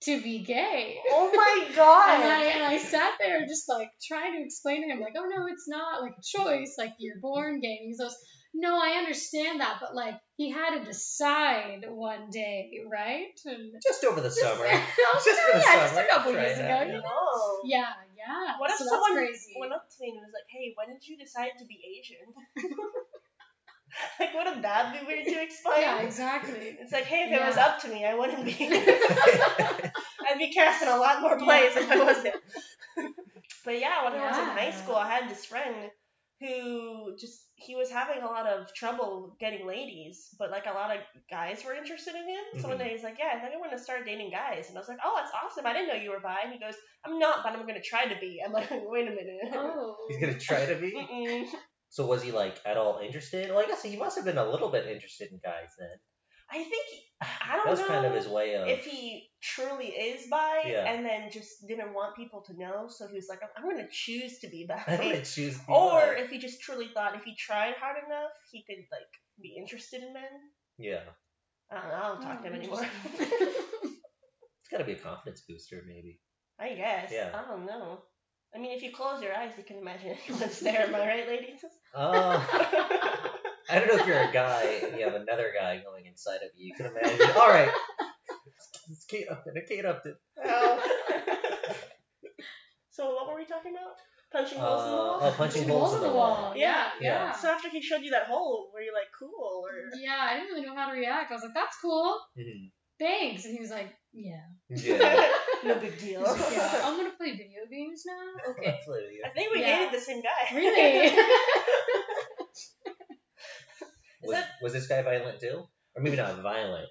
Speaker 1: to be gay?"
Speaker 2: Oh my god!
Speaker 1: And I and I sat there just like trying to explain to him like, "Oh no, it's not like a choice. Like you're born gay." And he goes, "No, I understand that, but like he had to decide one day, right?" And
Speaker 3: Just over the summer.
Speaker 1: yeah,
Speaker 3: Just for the
Speaker 1: yeah, just a
Speaker 3: summer.
Speaker 1: couple
Speaker 3: Try
Speaker 1: years
Speaker 3: it
Speaker 1: ago.
Speaker 3: out,
Speaker 1: you
Speaker 3: yeah.
Speaker 1: know?
Speaker 2: Oh.
Speaker 1: Yeah, yeah.
Speaker 2: What if
Speaker 1: so
Speaker 2: someone
Speaker 1: that's crazy?
Speaker 2: went up to me and was like, "Hey, when did you decide to be Asian?" like, wouldn't that be weird to explain?
Speaker 1: yeah, exactly.
Speaker 2: It's like, hey, if it was
Speaker 1: Yeah.
Speaker 2: up to me, I wouldn't be. I'd be casting a lot more plays if I wasn't. but yeah, when I was in high
Speaker 1: Yeah.
Speaker 2: school, I had this friend who just he was having a lot of trouble getting ladies, but like a lot of guys were interested in him. So
Speaker 1: Mm-hmm.
Speaker 2: one
Speaker 3: Mhm.
Speaker 2: day he's like, "Yeah, I think I'm gonna start dating guys," and I was like, "Oh, that's awesome! I didn't know you were bi." And he goes, "I'm not, but I'm gonna try to be." I'm like, "Wait a minute."
Speaker 1: Oh.
Speaker 3: He's gonna try to be.
Speaker 2: Mm-mm.
Speaker 3: So was he like at all interested? Well, I guess he must have been a little bit interested in guys then.
Speaker 2: I think I don't
Speaker 3: That was
Speaker 2: know
Speaker 3: kind of his way of.
Speaker 2: if he truly is bi,
Speaker 3: Yeah.
Speaker 2: and then just didn't want people to know, so he was like, "I'm, I'm gonna choose to be
Speaker 3: I'm gonna
Speaker 2: bi,"
Speaker 3: choose. to be
Speaker 2: or
Speaker 3: bi.
Speaker 2: if he just truly thought if he tried hard enough, he could like be interested in men.
Speaker 3: Yeah,
Speaker 2: I don't know. I don't
Speaker 1: Oh,
Speaker 2: talk
Speaker 1: Hmm,
Speaker 2: to him anymore.
Speaker 3: it's gotta be a confidence booster, maybe.
Speaker 2: I guess.
Speaker 3: Yeah.
Speaker 2: I don't know. I mean, if you close your eyes, you can imagine anyone's there. Am I right, ladies?
Speaker 3: Oh, I don't know if you're a guy and you have another guy going inside of you. You can imagine. All right, it's Kate Upton. it's Kate Upton.
Speaker 2: so what were we talking about? Punching
Speaker 3: Uh,
Speaker 2: holes in the wall.
Speaker 3: oh, punching holes in the wall.
Speaker 2: Yeah,
Speaker 3: yeah.
Speaker 2: So after he showed you that hole, were you like cool or?
Speaker 1: Yeah, I didn't really know how to react. I was like, "That's cool,
Speaker 3: Mhm.
Speaker 1: thanks," and he was like, "Yeah,
Speaker 3: Yeah.
Speaker 2: no big deal.
Speaker 1: He's like, yeah I'm gonna play video games now." Okay,
Speaker 3: Absolutely,
Speaker 2: I
Speaker 3: yeah.
Speaker 2: think we
Speaker 1: Yeah.
Speaker 2: dated the same guy.
Speaker 1: really?
Speaker 3: Was,
Speaker 2: that-
Speaker 3: was this guy violent too? Or maybe not violent,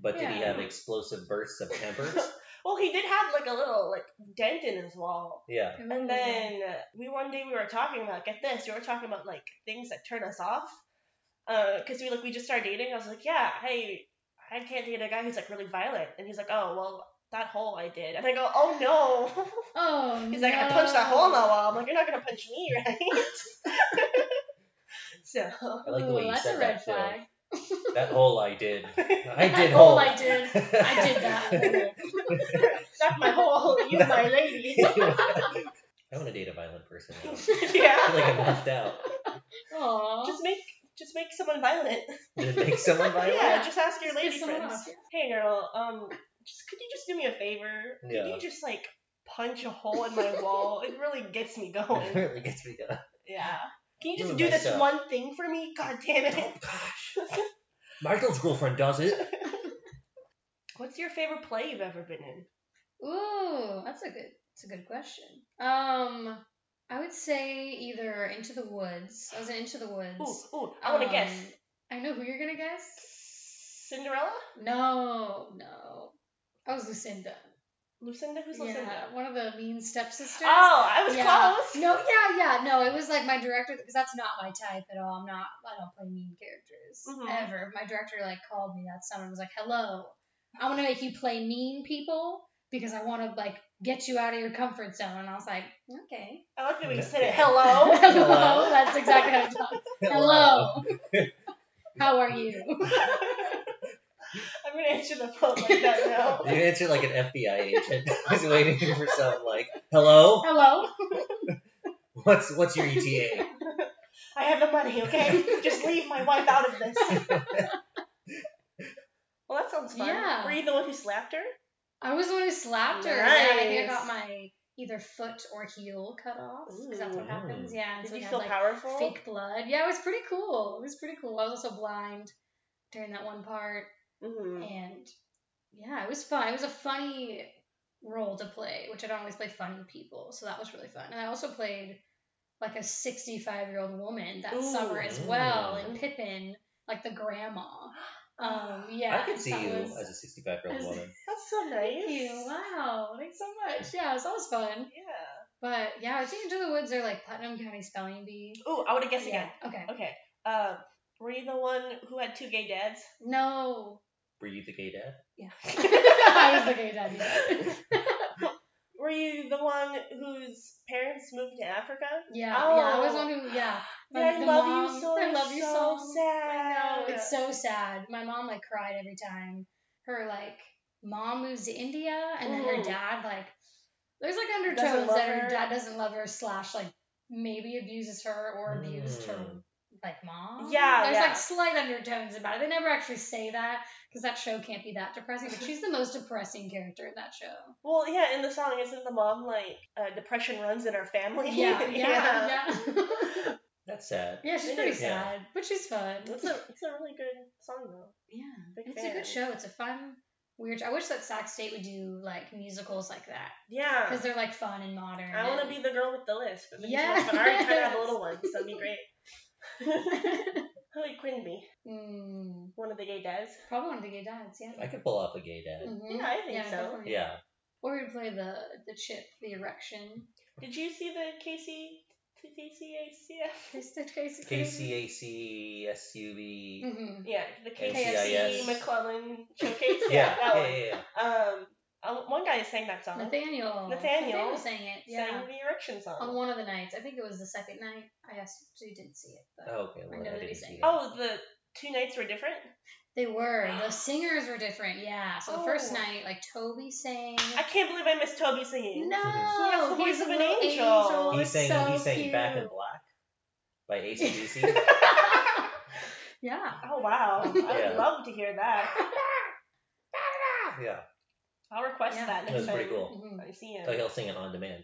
Speaker 3: but did he
Speaker 1: Yeah.
Speaker 3: have explosive bursts of temper?
Speaker 2: well, he did have like a little like dent in his wall.
Speaker 3: yeah.
Speaker 2: And then uh, we one day we were talking about get this we were talking about like things that turn us off. Because we like we just started dating. I was like, yeah, hey, I can't date a guy who's like really violent. And he's like, oh well, that hole I did. And I go, oh no.
Speaker 1: oh,
Speaker 2: He's like, I punched that hole in the wall. I'm like, you're not gonna punch me, right? so
Speaker 3: I like the way
Speaker 1: Ooh,
Speaker 3: you
Speaker 1: that's
Speaker 3: said
Speaker 1: a red
Speaker 3: that. too.
Speaker 1: flag.
Speaker 3: That hole I did. I
Speaker 1: That
Speaker 3: did
Speaker 1: hole
Speaker 3: hole.
Speaker 1: I did. I did that.
Speaker 2: that's my hole. You my lady.
Speaker 3: I want to date a violent person. now. I feel like I'm
Speaker 2: yeah.
Speaker 3: left out.
Speaker 1: Aww.
Speaker 2: Just make just make someone violent.
Speaker 3: Did it make someone violent?
Speaker 2: Yeah, just ask your
Speaker 1: Just piss
Speaker 2: lady
Speaker 1: someone
Speaker 2: friends.
Speaker 1: off, yeah.
Speaker 2: Hey girl, um, just could you just do me a favor? Could
Speaker 3: Yeah.
Speaker 2: you just like punch a hole in my wall? It really gets me going.
Speaker 3: really gets me going.
Speaker 2: Yeah. Can you just
Speaker 3: Ruin
Speaker 2: do
Speaker 3: my
Speaker 2: this
Speaker 3: stuff.
Speaker 2: one thing for me? God damn it.
Speaker 3: Oh gosh. Michael's girlfriend does it.
Speaker 2: What's your favorite play you've ever been in?
Speaker 1: Ooh, that's a good that's a good question. Um I would say either Into the Woods. I was in Into the Woods.
Speaker 2: Ooh, ooh, I want to
Speaker 1: Um,
Speaker 2: guess.
Speaker 1: I know who you're gonna guess.
Speaker 2: Cinderella?
Speaker 1: No, no. I was Lucinda.
Speaker 2: Lucinda? Who's
Speaker 1: yeah,
Speaker 2: Lucinda?
Speaker 1: one of the mean stepsisters.
Speaker 2: Oh, I was
Speaker 1: yeah.
Speaker 2: close.
Speaker 1: No, yeah, yeah, no. It was like my director because that's not my type at all. I'm not. I don't play mean characters
Speaker 2: Mhm.
Speaker 1: ever. My director like called me that summer and was like, "Hello, I want to make you play mean people because I want to like get you out of your comfort zone." And I was like, "Okay,
Speaker 2: I like the way you said it.
Speaker 3: Yeah.
Speaker 2: Hello.
Speaker 3: Hello.
Speaker 1: That's exactly how it talks. Hello. how are you?
Speaker 2: I'm gonna answer the phone like that now.
Speaker 3: You answer like an FBI agent who's waiting for some like, hello?
Speaker 1: Hello.
Speaker 3: What's what's your E ETA?
Speaker 2: I have the money, okay? Just leave my wife out of this. well, that sounds fun.
Speaker 1: Yeah.
Speaker 2: Were you the one who slapped her?
Speaker 1: I was the one who slapped her. Yeah, I think I
Speaker 2: Nice.
Speaker 1: got my either foot or heel cut off because that's what
Speaker 3: Ooh.
Speaker 1: happens. Yeah, and
Speaker 2: Did
Speaker 1: so
Speaker 2: you
Speaker 1: we had
Speaker 2: feel
Speaker 1: like
Speaker 2: powerful?
Speaker 1: fake blood. Yeah, it was pretty cool. It was pretty cool. I was also blind during that one part,
Speaker 3: Hmm.
Speaker 2: Mhm.
Speaker 1: and yeah, it was fun. It was a funny role to play, which I don't always play funny people, so that was really fun. And I also played like a 65 year old woman that
Speaker 2: Ooh.
Speaker 1: summer as well in
Speaker 3: Mm.
Speaker 2: Ooh.
Speaker 1: Pippin, like the grandma. Um, yeah,
Speaker 3: I could see
Speaker 1: that
Speaker 3: you
Speaker 1: was-
Speaker 3: as a 65 year old woman.
Speaker 2: That's so nice.
Speaker 1: Thank you. Wow, thanks so much. Yeah, it was always fun.
Speaker 2: Yeah.
Speaker 1: But yeah, I think Into the Woods are like Putnam County Spelling Bee.
Speaker 2: Ooh, I would have guessed
Speaker 1: yeah.
Speaker 2: again.
Speaker 1: Okay.
Speaker 2: Okay. Um, were you the one who had two gay dads?
Speaker 1: No.
Speaker 3: Were you the gay dad?
Speaker 1: Yeah. I was looking at that.
Speaker 2: Were you the one whose parents moved to Africa?
Speaker 1: Yeah. Yeah. I was
Speaker 2: Oh.
Speaker 1: the one who. Yeah.
Speaker 2: Yeah,
Speaker 1: Like
Speaker 2: I
Speaker 1: the
Speaker 2: love
Speaker 1: mom-
Speaker 2: you so.
Speaker 1: I love you so I
Speaker 2: sad.
Speaker 1: know. It's so sad. My mom like cried every time. Her like mom moves to India, and then her
Speaker 2: Ooh.
Speaker 1: dad like there's like
Speaker 2: Doesn't
Speaker 1: undertones
Speaker 2: love
Speaker 1: that her
Speaker 2: her.
Speaker 1: dad doesn't love her slash like maybe abuses her or abused her
Speaker 3: Mm.
Speaker 1: like mom.
Speaker 2: Yeah,
Speaker 1: there's
Speaker 2: yeah.
Speaker 1: like slight undertones about it. They never actually say that because that show can't be that depressing. But she's the most depressing character in that show.
Speaker 2: Well, yeah, in the song, isn't the mom like uh, depression runs in our family?
Speaker 1: Yeah, yeah, yeah.
Speaker 3: That's sad.
Speaker 1: yeah, she's
Speaker 2: It
Speaker 1: pretty
Speaker 2: is.
Speaker 1: sad, but she's fun.
Speaker 2: It's a it's a really good song though.
Speaker 1: Yeah,
Speaker 2: Big
Speaker 1: it's a
Speaker 2: fan.
Speaker 1: good show. It's a fun, weird. I wish that Sac State would do like musicals like that
Speaker 2: Yeah.
Speaker 1: because they're like fun and modern.
Speaker 2: I want to
Speaker 1: and-
Speaker 2: be the girl with the list. But yes. I already kind of have a little one, so it'd be great. Holly Quinby,
Speaker 1: Mm,
Speaker 2: one of the gay dads.
Speaker 1: probably one of the gay dads. Yeah.
Speaker 3: I could pull off a gay dad.
Speaker 1: Mhm.
Speaker 2: Mm-hmm. Yeah, I think so.
Speaker 1: definitely.
Speaker 3: Yeah.
Speaker 1: Or we'd play the the chip, the erection.
Speaker 2: Did you see the Casey? KCACF?
Speaker 1: Is that Casey?
Speaker 3: KCACSUV.
Speaker 1: Mm-hmm.
Speaker 2: Yeah, the KCC
Speaker 3: NCIS.
Speaker 2: McClellan showcase.
Speaker 3: Mm-hmm. Yeah.
Speaker 2: that
Speaker 3: Yeah,
Speaker 2: one.
Speaker 3: yeah, yeah.
Speaker 2: Um, uh, one guy sang that song.
Speaker 1: Nathaniel.
Speaker 2: Nathaniel
Speaker 1: sang it. Yeah.
Speaker 2: Sang the erection song.
Speaker 1: On one of the nights, I think it was the second night. I actually didn't see it, but
Speaker 3: Oh, okay.
Speaker 1: I
Speaker 3: Well,
Speaker 1: know
Speaker 3: I
Speaker 1: that
Speaker 3: didn't
Speaker 1: he's
Speaker 3: see
Speaker 1: saying-
Speaker 3: that.
Speaker 2: Oh, the two nights were different.
Speaker 1: they were. The singers were different. Yeah. So the first
Speaker 2: Oh.
Speaker 1: night, like Toby sang.
Speaker 2: I can't believe I missed Toby singing.
Speaker 1: No,
Speaker 2: has the voice
Speaker 1: he's
Speaker 2: of
Speaker 1: a
Speaker 2: an
Speaker 1: little
Speaker 2: angel.
Speaker 1: It
Speaker 2: Oh,
Speaker 3: he
Speaker 1: was
Speaker 3: sang,
Speaker 1: so
Speaker 3: he sang
Speaker 1: cute.
Speaker 3: Back in Black by ACDC.
Speaker 1: yeah.
Speaker 2: Oh wow, I would
Speaker 3: Yeah.
Speaker 2: love to hear that.
Speaker 3: yeah.
Speaker 2: I'll request
Speaker 1: Yeah.
Speaker 2: that
Speaker 3: That
Speaker 2: next
Speaker 3: was pretty
Speaker 2: time
Speaker 3: cool.
Speaker 1: Mhm.
Speaker 2: I see him.
Speaker 3: So he'll sing it on demand.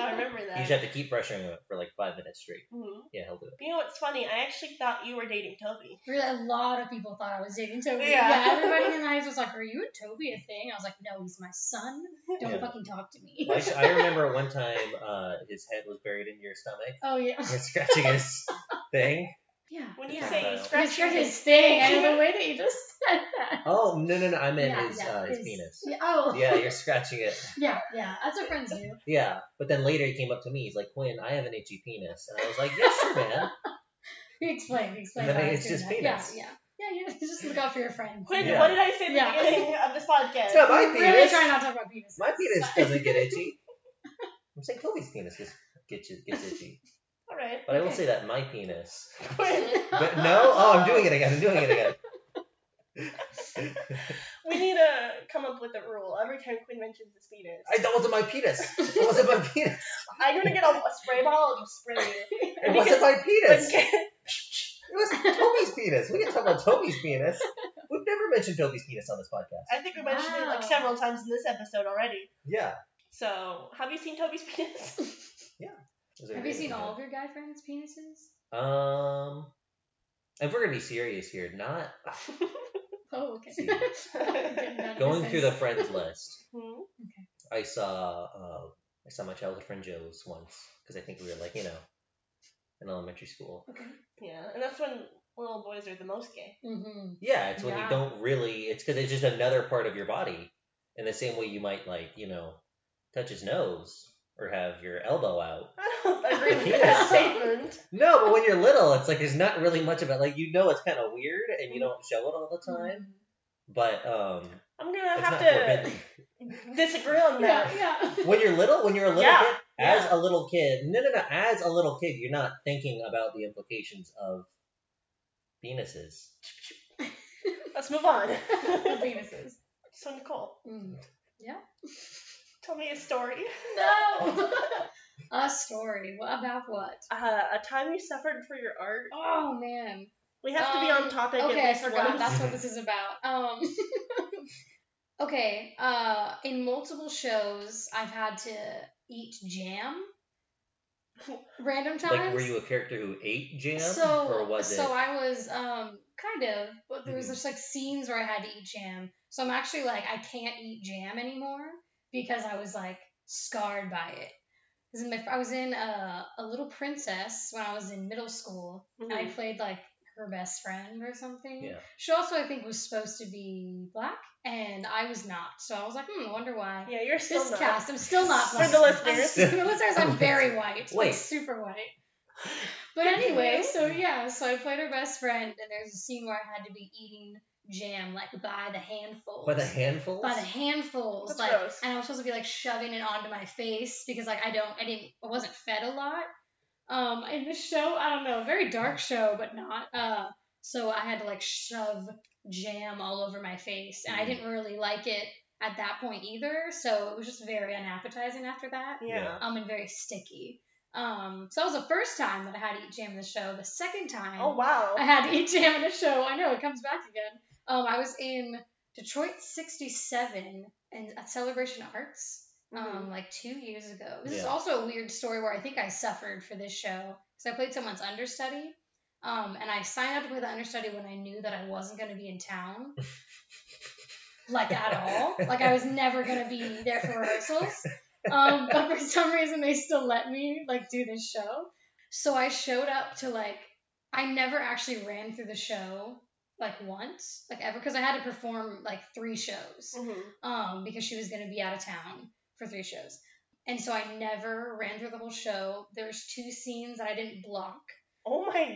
Speaker 2: I remember
Speaker 3: You
Speaker 2: that.
Speaker 3: just have to keep pressuring him for like five minutes straight.
Speaker 2: Mhm.
Speaker 3: Yeah, he'll do it.
Speaker 2: You know what's funny? I actually thought you were dating Toby.
Speaker 1: Really, a lot of people thought I was dating Toby.
Speaker 2: Yeah.
Speaker 1: Yeah. everybody in the night was like, "Are you and Toby a thing?" I was like, "No, he's my son. Don't
Speaker 3: Yeah.
Speaker 1: fucking talk to me."
Speaker 3: Well, I, I remember one time uh, his head was buried in your stomach.
Speaker 1: oh yeah,
Speaker 3: You're scratching his thing.
Speaker 1: yeah.
Speaker 2: When you
Speaker 1: yeah.
Speaker 2: say you
Speaker 3: Wow.
Speaker 2: scratched
Speaker 1: You're
Speaker 2: his,
Speaker 1: his thing, and the way that you just said that.
Speaker 3: Oh no no no! I meant
Speaker 1: Yeah,
Speaker 3: his
Speaker 1: yeah,
Speaker 3: uh, his
Speaker 1: his-
Speaker 3: penis.
Speaker 1: Yeah, oh.
Speaker 3: Yeah, you're scratching it.
Speaker 1: Yeah, yeah. That's what friends do.
Speaker 3: Yeah, but then later he came up to me. He's like, Quinn, I have an itchy penis, and I was like, Yeah, sure, man.
Speaker 1: We explain, we explain.
Speaker 3: But
Speaker 1: why I
Speaker 3: it's
Speaker 1: was doing
Speaker 3: just
Speaker 1: that.
Speaker 3: penis.
Speaker 1: Yeah, yeah. Yeah, you just look out for your friends.
Speaker 2: Quinn,
Speaker 3: Yeah.
Speaker 2: what did I say at
Speaker 1: Yeah.
Speaker 2: the beginning of this podcast?
Speaker 3: It's not my
Speaker 1: We really
Speaker 3: penis.
Speaker 1: try not to talk about penis.
Speaker 3: My penis doesn't get itchy. I'm saying Kobe's penis gets gets, gets itchy,
Speaker 2: All right,
Speaker 3: but I will
Speaker 1: Okay.
Speaker 3: say that my penis.
Speaker 2: Quinn,
Speaker 3: But no, oh, I'm doing it again. I'm doing it again.
Speaker 2: we need to come up with a rule. Every time Quinn mentions his penis,
Speaker 3: I, that wasn't my penis. That wasn't my penis.
Speaker 2: I'm gonna get a, a spray bottle and spray it.
Speaker 3: It wasn't my penis.
Speaker 2: Because-
Speaker 3: It was Toby's penis. We can talk about Toby's penis. We've never mentioned Toby's penis on this podcast.
Speaker 2: I think we mentioned it like
Speaker 1: Wow.
Speaker 2: several times in this episode already.
Speaker 3: Yeah.
Speaker 2: So, have you seen Toby's penis?
Speaker 3: It was a
Speaker 1: Have you
Speaker 3: great
Speaker 1: seen
Speaker 3: episode.
Speaker 1: all of your guy friends' penises?
Speaker 3: Um, if we're gonna be serious here, not
Speaker 2: Hmm?
Speaker 1: Oh, okay.
Speaker 3: See.
Speaker 1: Okay, none of
Speaker 3: going
Speaker 1: this
Speaker 3: through the
Speaker 1: is-
Speaker 3: friends list.
Speaker 2: Hmm?
Speaker 3: I saw uh, I saw my childhood friend Joe's once because I think we were like you know in elementary school.
Speaker 1: Okay.
Speaker 2: yeah, and that's when little boys are the most gay.
Speaker 1: Mm-hmm.
Speaker 3: Yeah, it's when
Speaker 1: Yeah.
Speaker 3: you don't really. It's because it's just another part of your body. In the same way you might like you know touch his nose or have your elbow out.
Speaker 2: I don't agree with that statement.
Speaker 3: No, but when you're little, it's like there's not really much of it. Like you know, it's kind of weird and you don't show it all the
Speaker 1: Mm-hmm.
Speaker 3: time. But um,
Speaker 2: I'm gonna
Speaker 3: It's
Speaker 2: have
Speaker 3: not
Speaker 2: to disagree on that.
Speaker 1: Yeah, yeah.
Speaker 3: when you're little, when you're a little
Speaker 2: Yeah,
Speaker 3: kid, as
Speaker 2: yeah.
Speaker 3: a little kid, no, no, no, as a little kid, you're not thinking about the implications of penises.
Speaker 2: Let's move on.
Speaker 1: The penises.
Speaker 2: so, Nicole,
Speaker 1: Mm.
Speaker 2: tell me a story.
Speaker 1: No! a story. What about what?
Speaker 2: Uh, a time you suffered for your art.
Speaker 1: Oh, man.
Speaker 2: We have to be on
Speaker 1: Um,
Speaker 2: topic at
Speaker 1: Okay, I
Speaker 2: least
Speaker 1: forgot.
Speaker 2: once.
Speaker 1: That's what this is about. Um, okay, uh, in multiple shows, I've had to eat jam random times.
Speaker 3: Like, were you a character who ate jam,
Speaker 1: so,
Speaker 3: or was
Speaker 1: so
Speaker 3: it?
Speaker 1: I was um kind of, but there was
Speaker 3: Mhm.
Speaker 1: just like scenes where I had to eat jam. So I'm actually like I can't eat jam anymore because I was like scarred by it. 'Cause in my- I was in a, a little princess when I was in middle school, and I
Speaker 2: Mhm.
Speaker 1: played like her best friend or something.
Speaker 3: Yeah.
Speaker 1: She also I think was supposed to be black, and I was not. So I was like, hmm, wonder why.
Speaker 2: Yeah, you're still
Speaker 1: This
Speaker 2: not.
Speaker 1: cast, I'm still not
Speaker 2: For
Speaker 1: black.
Speaker 2: the
Speaker 1: I'm,
Speaker 2: listeners.
Speaker 1: for the listeners, I'm very white. like,
Speaker 3: Wait.
Speaker 1: super white. But anyway, so yeah, so I played her best friend, and there's a scene where I had to be eating jam like by the handfuls.
Speaker 3: by the handfuls?
Speaker 1: By the handfuls,
Speaker 2: That's
Speaker 1: like,
Speaker 2: gross.
Speaker 1: and I was supposed to be like shoving it onto my face because like I don't, I didn't, I wasn't fed a lot. Um, in this show, I don't know, very dark
Speaker 2: Mm.
Speaker 1: show, but not. Uh, so I had to like shove jam all over my face, and I
Speaker 3: Mm.
Speaker 1: didn't really like it at that point either. So it was just very unappetizing after that
Speaker 2: Yeah.
Speaker 1: um, and very sticky. Um, so that was the first time that I had to eat jam in the show. The second time
Speaker 2: Oh wow.
Speaker 1: I had to eat jam in the show, I know it comes back again. Um, I was in Detroit '67 and at Celebration Arts, um, like two years ago. This is
Speaker 3: Yeah.
Speaker 1: also a weird story where I think I suffered for this show because I played someone's understudy. Um, and I signed up to play the understudy when I knew that I wasn't going to be in town, like at all. Like I was never going to be there for rehearsals. Um, but for some reason, they still let me like do this show. So I showed up to like I never actually ran through the show like once, like ever, because I had to perform like three shows
Speaker 2: Mhm.
Speaker 1: um, because she was going to be out of town for three shows. And so I never ran through the whole show. There's two scenes that I didn't block.
Speaker 2: Oh my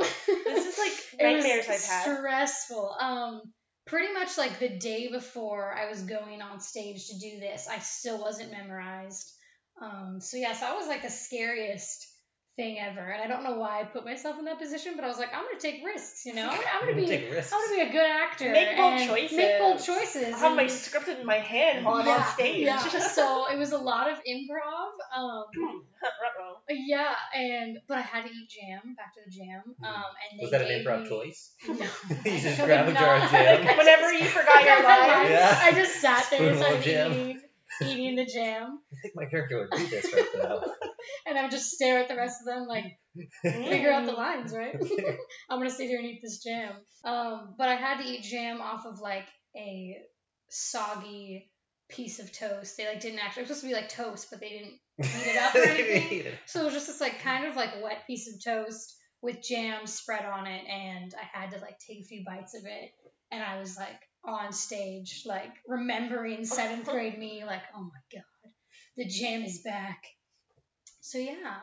Speaker 1: Um,
Speaker 2: this is like
Speaker 1: it was
Speaker 2: nightmares I've had.
Speaker 1: Stressful. Um, pretty much like the day before I was going on stage to do this, I still wasn't memorized. Um, so yes, that was like the scariest thing ever, and I don't know why I put myself in that position, but I was like, I'm gonna take risks, you know, I'm gonna, I'm gonna be,
Speaker 3: take risks.
Speaker 1: I'm gonna be a good actor,
Speaker 2: Make bold
Speaker 1: and make bold
Speaker 2: choices.
Speaker 1: choices.
Speaker 2: I have my
Speaker 1: and-
Speaker 2: script in my hand while I'm on stage.
Speaker 1: yeah. so it was a lot of improv. Um,
Speaker 2: Ruh-roh.
Speaker 1: yeah, and but I had to eat jam. Back to the jam. Um, and they
Speaker 3: Hmm. was that an
Speaker 1: gave
Speaker 3: improv
Speaker 1: me-
Speaker 3: choice?
Speaker 1: No,
Speaker 3: you just
Speaker 1: Probably
Speaker 3: grab a jar
Speaker 1: not.
Speaker 3: of jam.
Speaker 2: Whenever you forgot your
Speaker 1: I,
Speaker 2: line.
Speaker 3: Yeah.
Speaker 1: I just sat there
Speaker 3: Spoonful
Speaker 1: and
Speaker 3: of jam.
Speaker 1: eating, eating the jam,
Speaker 3: I think my character would do this right now.
Speaker 1: and I would just stare at the rest of them like.
Speaker 2: Mm.
Speaker 1: figure out the lines, right? I'm gonna sit here and eat this jam. Um, but I had to eat jam off of like a soggy piece of toast. They like didn't actually it was supposed to be like toast, but they didn't heat it up or anything. So it was just this like kind of like wet piece of toast with jam spread on it, and I had to like take a few bites of it, and I was like on stage, like remembering seventh grade me, like oh my god, the jam is back. So yeah,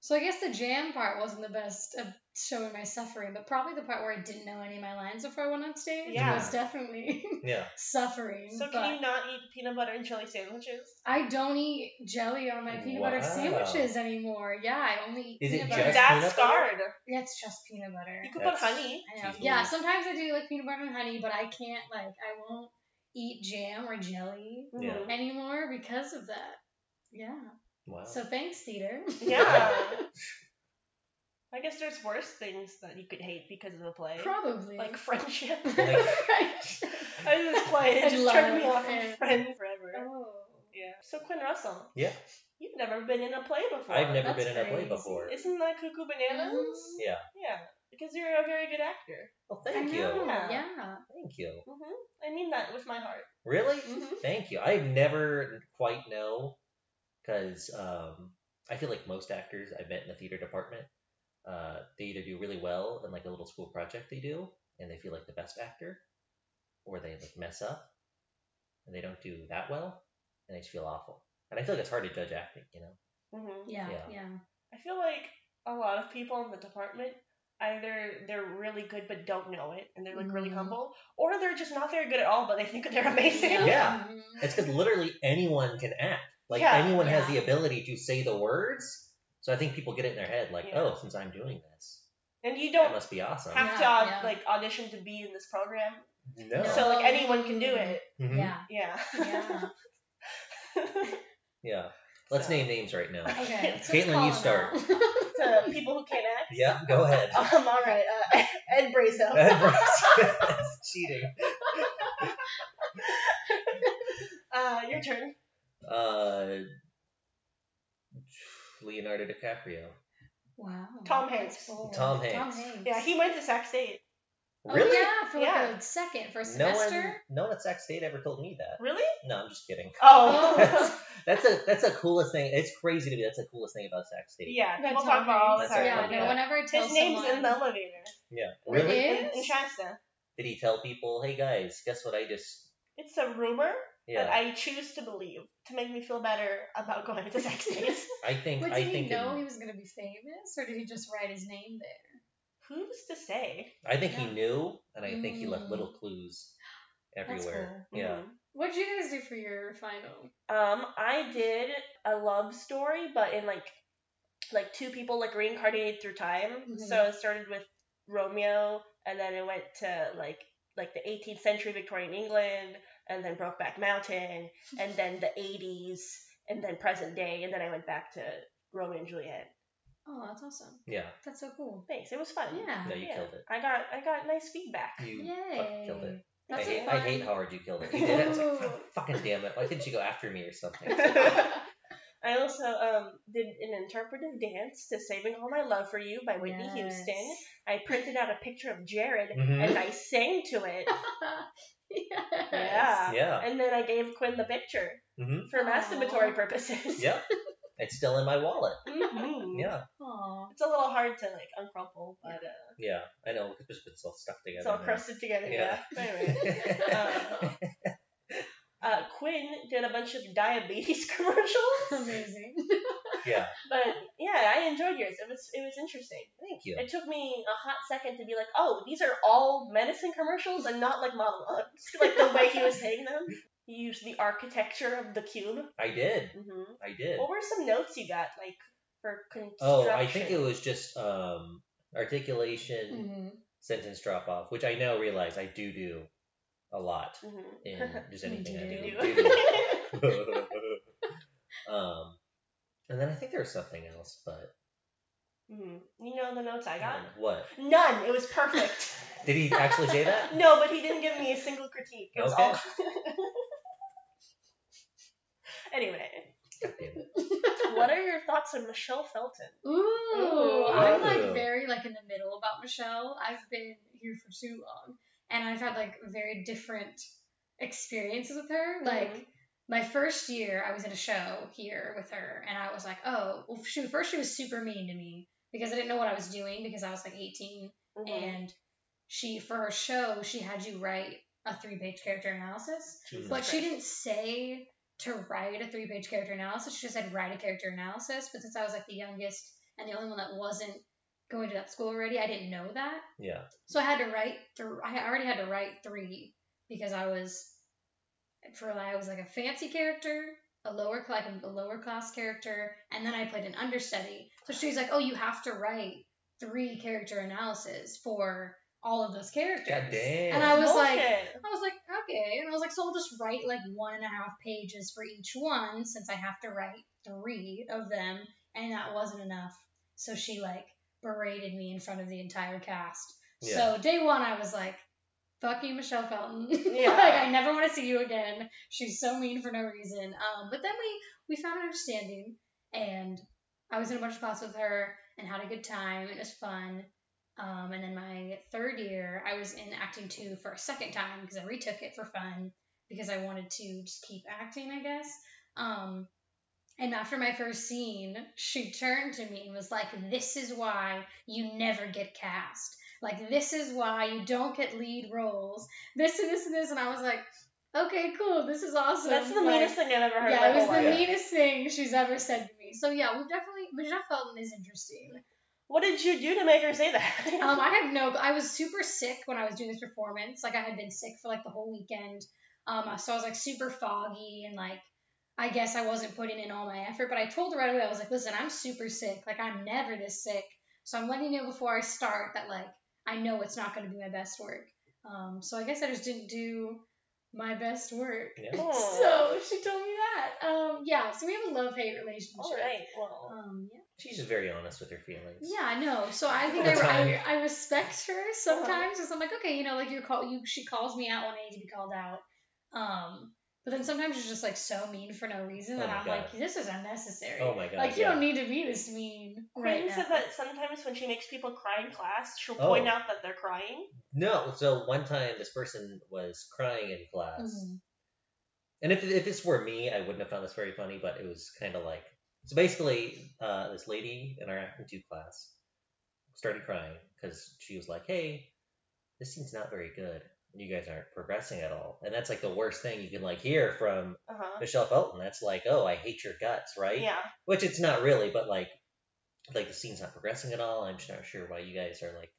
Speaker 1: so I guess the jam part wasn't the best of showing my suffering, but probably the part where I didn't know any of my lines before I went on stage
Speaker 2: Yeah.
Speaker 1: was definitely
Speaker 3: Yeah.
Speaker 1: suffering.
Speaker 2: So
Speaker 1: but-
Speaker 2: can you not eat peanut butter and chili sandwiches?
Speaker 1: I don't eat jelly on my peanut butter
Speaker 3: Wow.
Speaker 1: sandwiches anymore. Yeah, I only eat
Speaker 3: Is it
Speaker 1: peanut
Speaker 2: You're
Speaker 1: butter.
Speaker 3: just
Speaker 2: that
Speaker 3: peanut butter?
Speaker 2: scarred.
Speaker 1: Yeah, it's just peanut butter.
Speaker 2: You could put
Speaker 3: That's-
Speaker 2: honey.
Speaker 1: I know.
Speaker 3: Jeez
Speaker 1: Yeah,
Speaker 3: Louise.
Speaker 1: sometimes I do like peanut butter and honey, but I can't like I won't eat jam or jelly
Speaker 3: Yeah.
Speaker 2: Mhm.
Speaker 1: anymore because of that. Yeah.
Speaker 2: Oh.
Speaker 3: Wow.
Speaker 1: So thanks, theater.
Speaker 2: Yeah. I I guess there's worse things that you could hate because of a play,
Speaker 1: Probably.
Speaker 2: like friendship.
Speaker 3: Like-
Speaker 1: Right.
Speaker 2: I was playing it
Speaker 1: And
Speaker 2: just
Speaker 1: love
Speaker 2: turned me off from
Speaker 1: and-
Speaker 2: friends forever.
Speaker 1: Oh.
Speaker 2: Yeah. So Quinn Russell.
Speaker 3: Yeah.
Speaker 2: You've never been in a play before.
Speaker 3: I've never
Speaker 1: That's
Speaker 3: been in a play
Speaker 1: crazy.
Speaker 3: before.
Speaker 2: Isn't that cuckoo bananas?
Speaker 1: Mhm.
Speaker 3: Yeah.
Speaker 2: Yeah, because you're a very good actor.
Speaker 3: Well,
Speaker 1: I
Speaker 3: thank
Speaker 1: know.
Speaker 3: you.
Speaker 2: Yeah.
Speaker 1: Yeah.
Speaker 3: Thank you.
Speaker 2: hmm I mean that with my heart.
Speaker 3: Really?
Speaker 2: Mhm.
Speaker 3: Thank you. I never quite know because um, I feel like most actors I've met in the theater department, uh, they either do really well in like a little school project they do and they feel like the best actor, or they like mess up and they don't do that well and they just feel awful. And I feel like it's hard to judge acting, you know?
Speaker 2: hmm
Speaker 1: Yeah.
Speaker 3: Yeah.
Speaker 1: Yeah.
Speaker 2: I feel like a lot of people in the department either they're really good but don't know it, and they're like really
Speaker 1: Mhm.
Speaker 2: humble, or they're just not very good at all but they think they're amazing.
Speaker 3: Yeah.
Speaker 1: Mhm.
Speaker 3: It's because literally anyone can act. Like
Speaker 2: Yeah,
Speaker 3: anyone has
Speaker 1: yeah.
Speaker 3: the ability to say the words. So I think people get it in their head, like,
Speaker 2: Yeah.
Speaker 3: oh, since I'm doing this,
Speaker 2: And you
Speaker 3: that
Speaker 2: don't
Speaker 3: must be awesome.
Speaker 2: have to
Speaker 1: Yeah,
Speaker 2: uh,
Speaker 1: yeah.
Speaker 2: like audition to be in this program,
Speaker 3: No.
Speaker 2: so like anyone can do
Speaker 1: No.
Speaker 2: it.
Speaker 3: Mhm.
Speaker 1: Yeah.
Speaker 2: Yeah.
Speaker 1: Yeah.
Speaker 3: Yeah. Let's
Speaker 2: So-
Speaker 3: name names right now.
Speaker 1: Okay. let's
Speaker 3: Caitlin,
Speaker 1: call
Speaker 3: you
Speaker 1: them
Speaker 3: start.
Speaker 1: out.
Speaker 2: to people who can't act.
Speaker 3: Yeah, go ahead.
Speaker 2: Um, all right, uh, Ed Brazel.
Speaker 3: That's cheating.
Speaker 2: Uh, your turn.
Speaker 3: Uh, Leonardo DiCaprio.
Speaker 1: Wow.
Speaker 2: Tom
Speaker 1: that's
Speaker 2: Hanks.
Speaker 1: bold.
Speaker 3: Tom Hanks.
Speaker 2: Yeah, he went to Sac State.
Speaker 1: Oh,
Speaker 3: Really?
Speaker 1: yeah, for like
Speaker 2: Yeah.
Speaker 1: a second, for a
Speaker 3: No
Speaker 1: semester.
Speaker 3: one, no one at Sac State ever told me that.
Speaker 2: Really?
Speaker 3: No, I'm just kidding.
Speaker 2: Oh.
Speaker 3: That's a that's a coolest thing. It's crazy to me. That's the coolest thing about Sac State.
Speaker 2: yeah,
Speaker 1: That
Speaker 2: we'll
Speaker 1: Tom
Speaker 2: talk about all the
Speaker 3: Hanks.
Speaker 2: time.
Speaker 3: That's
Speaker 1: yeah,
Speaker 3: our
Speaker 1: no,
Speaker 3: fun
Speaker 1: whenever I tell
Speaker 2: His
Speaker 1: someone.
Speaker 2: name's in the elevator.
Speaker 3: Yeah.
Speaker 1: Really?
Speaker 3: Really?
Speaker 2: In,
Speaker 1: Is?
Speaker 2: in Shasta.
Speaker 3: Did he tell people, hey guys, guess what? I just
Speaker 2: It's a rumor that
Speaker 3: yeah.
Speaker 2: I choose to believe to make me feel better about going to Sac State.
Speaker 3: I, think
Speaker 1: But
Speaker 3: I
Speaker 1: did he
Speaker 3: think
Speaker 1: know
Speaker 3: it-
Speaker 1: he was going to be famous, or did he just write his name there?
Speaker 2: Who's to say?
Speaker 3: I think
Speaker 1: Yeah.
Speaker 3: he knew, and I think he left
Speaker 1: Mm.
Speaker 3: little clues
Speaker 1: That's
Speaker 3: everywhere.
Speaker 2: Mhm.
Speaker 3: Yeah.
Speaker 1: What did you guys do for your final?
Speaker 2: Um, I did a love story, but in like, like two people like reincarnated through time.
Speaker 1: Mhm.
Speaker 2: So it started with Romeo, and then it went to like like the 18th century Victorian England, and then Brokeback Mountain, and then the 80s, and then present day, and then I went back to Romeo and Juliet.
Speaker 1: Oh, that's awesome.
Speaker 3: Yeah.
Speaker 1: That's so cool. Uh,
Speaker 2: Thanks, it was fun.
Speaker 1: Yeah.
Speaker 3: No, you killed it.
Speaker 2: I got I got nice feedback.
Speaker 3: You fucking
Speaker 1: Yay.
Speaker 3: killed it. I
Speaker 1: That's a
Speaker 3: hate, I
Speaker 1: fun-
Speaker 3: hate Howard. You killed it. You did it. I was like,
Speaker 1: Ooh.
Speaker 3: "Fuck- fucking damn it. Why didn't you go after me or something?
Speaker 2: I also um, did an interpretive dance to "Saving All My Love for You" by Whitney
Speaker 1: Yes.
Speaker 2: Houston. I printed out a picture of Jared
Speaker 3: Mhm.
Speaker 2: and I sang to it.
Speaker 1: Yes.
Speaker 2: Yeah.
Speaker 3: Yeah.
Speaker 2: And then I gave Quinn the picture
Speaker 3: Mhm.
Speaker 2: for
Speaker 1: Aw.
Speaker 2: masturbatory purposes.
Speaker 3: Yep. It's still in my wallet.
Speaker 1: Mm-hmm.
Speaker 2: Mhm.
Speaker 3: Yeah.
Speaker 1: Aw.
Speaker 2: It's a little hard to like uncrumple, but uh,
Speaker 3: Yeah. I know. It's just been so stuck
Speaker 2: it's
Speaker 3: together.
Speaker 2: all
Speaker 3: now.
Speaker 2: crusted together. Yeah.
Speaker 3: Yeah.
Speaker 2: Anyway. Um, uh, Quinn did a bunch of diabetes commercials,
Speaker 1: Amazing.
Speaker 3: yeah.
Speaker 2: but yeah, I enjoyed yours. It was it was interesting.
Speaker 3: Thank you.
Speaker 2: It took me a hot second to be like, oh, these are all medicine commercials and not like monologues. Like the way he was saying them. You used the architecture of the cube.
Speaker 3: I did.
Speaker 2: Mm-hmm.
Speaker 3: I did.
Speaker 2: What were some notes you got, like for construction?
Speaker 3: Oh, I think it was just um, articulation,
Speaker 1: hmm
Speaker 3: sentence drop off, which I now realize I do do a lot
Speaker 2: Mhm.
Speaker 3: in just anything I do.
Speaker 2: Do-do.
Speaker 3: do-do. um, and then I think there was something else, but um,
Speaker 2: Mhm. You know the notes I got?
Speaker 3: what
Speaker 2: None. It was perfect.
Speaker 3: did he actually say that?
Speaker 2: no, but he didn't give me a single critique. It was
Speaker 3: Okay.
Speaker 2: all. anyway,
Speaker 3: God damn it.
Speaker 2: what are your thoughts on Michelle Felton?
Speaker 1: Ooh, I'm
Speaker 3: Ooh.
Speaker 1: like very like in the middle about Michelle. I've been here for too long, and I've had like very different experiences with her. Like
Speaker 2: Mhm.
Speaker 1: my first year, I was in a show here with her, and I was like, oh, well, she first she was super mean to me because I didn't know what I was doing because I was like 18,
Speaker 2: Mhm.
Speaker 1: and she for her show she had you write a three page character analysis.
Speaker 2: Jesus
Speaker 1: But she
Speaker 2: Christ.
Speaker 1: didn't say to write a three page character analysis. She just said write a character analysis. But since I was like the youngest and the only one that wasn't going to that school already, I didn't know that.
Speaker 3: Yeah.
Speaker 1: So I had to write through. I already had to write three because I was for like I was like a fancy character, a lower cl- like a lower class character, and then I played an understudy. So she was like, "Oh, you have to write three character analyses for all of those characters."
Speaker 3: God damn.
Speaker 1: And I was like,
Speaker 2: Bullshit.
Speaker 1: I was like, okay. And I was like, so I'll just write like one and a half pages for each one since I have to write three of them. And that wasn't enough. So she like berated me in front of the entire cast.
Speaker 3: Yeah.
Speaker 1: So day one, I was like, "Fuck you, Michelle Felton.
Speaker 2: Yeah.
Speaker 1: like I never want to see you again. She's so mean for no reason." Um, but then we we found an understanding, and I was in a bunch of class with her and had a good time. It was fun. Um, and then my third year, I was in acting two for a second time because I retook it for fun because I wanted to just keep acting, I guess. Um, and after my first scene, she turned to me and was like, This is why you never get cast. Like, this is why you don't get lead roles. This and this and this. And I was like, Okay, cool. This is awesome.
Speaker 2: That's the
Speaker 1: Like,
Speaker 2: meanest thing I've ever heard.
Speaker 1: Yeah,
Speaker 2: in
Speaker 1: it
Speaker 2: my
Speaker 1: was
Speaker 2: whole
Speaker 1: the
Speaker 2: life.
Speaker 3: Yeah.
Speaker 1: meanest thing she's ever said to me. So, yeah, we definitely, Michelle Felton is interesting.
Speaker 2: What did you do to make her say that?
Speaker 1: um, I have no. I was super sick when I was doing this performance. Like I had been sick for like the whole weekend. Um, so I was like super foggy and like I guess I wasn't putting in all my effort. But I told her right away. I was like, listen, I'm super sick. Like I'm never this sick. So I'm letting you know before I start that like I know it's not going to be my best work. Um, so I guess I just didn't do my best work.
Speaker 3: Yeah.
Speaker 2: Oh.
Speaker 1: So she told me that. Um, yeah. So we have a love hate relationship.
Speaker 2: All right. Well,
Speaker 1: Um, yeah.
Speaker 3: She's just very honest with her feelings.
Speaker 1: Yeah, I know. So I think
Speaker 3: All the
Speaker 1: I,
Speaker 3: time.
Speaker 1: I, I respect her
Speaker 2: Uh-huh.
Speaker 1: sometimes because I'm like, okay, you know, like you're call you she calls me out when I need to be called out. Um, but then sometimes she's just like so mean for no reason,
Speaker 3: Oh
Speaker 1: and
Speaker 3: my
Speaker 1: I'm
Speaker 3: God.
Speaker 1: like, this is unnecessary.
Speaker 3: Oh my god.
Speaker 1: like you
Speaker 3: yeah.
Speaker 1: don't need to be this mean right
Speaker 2: Queen
Speaker 1: now.
Speaker 2: said that sometimes when she makes people cry in class, she'll
Speaker 3: Oh.
Speaker 2: point out that they're crying.
Speaker 3: No, so one time this person was crying in class.
Speaker 1: Mhm.
Speaker 3: And if, if this were me, I wouldn't have found this very funny, but it was kind of like. So basically, uh, this lady in our acting 2 class started crying because she was like, hey, this scene's not very good. You guys aren't progressing at all. And that's like the worst thing you can like hear from
Speaker 2: Uh huh.
Speaker 3: Michelle Felton. That's like, oh, I hate your guts, right?
Speaker 2: Yeah.
Speaker 3: Which it's not really, but like, like the scene's not progressing at all. I'm just not sure why you guys are like,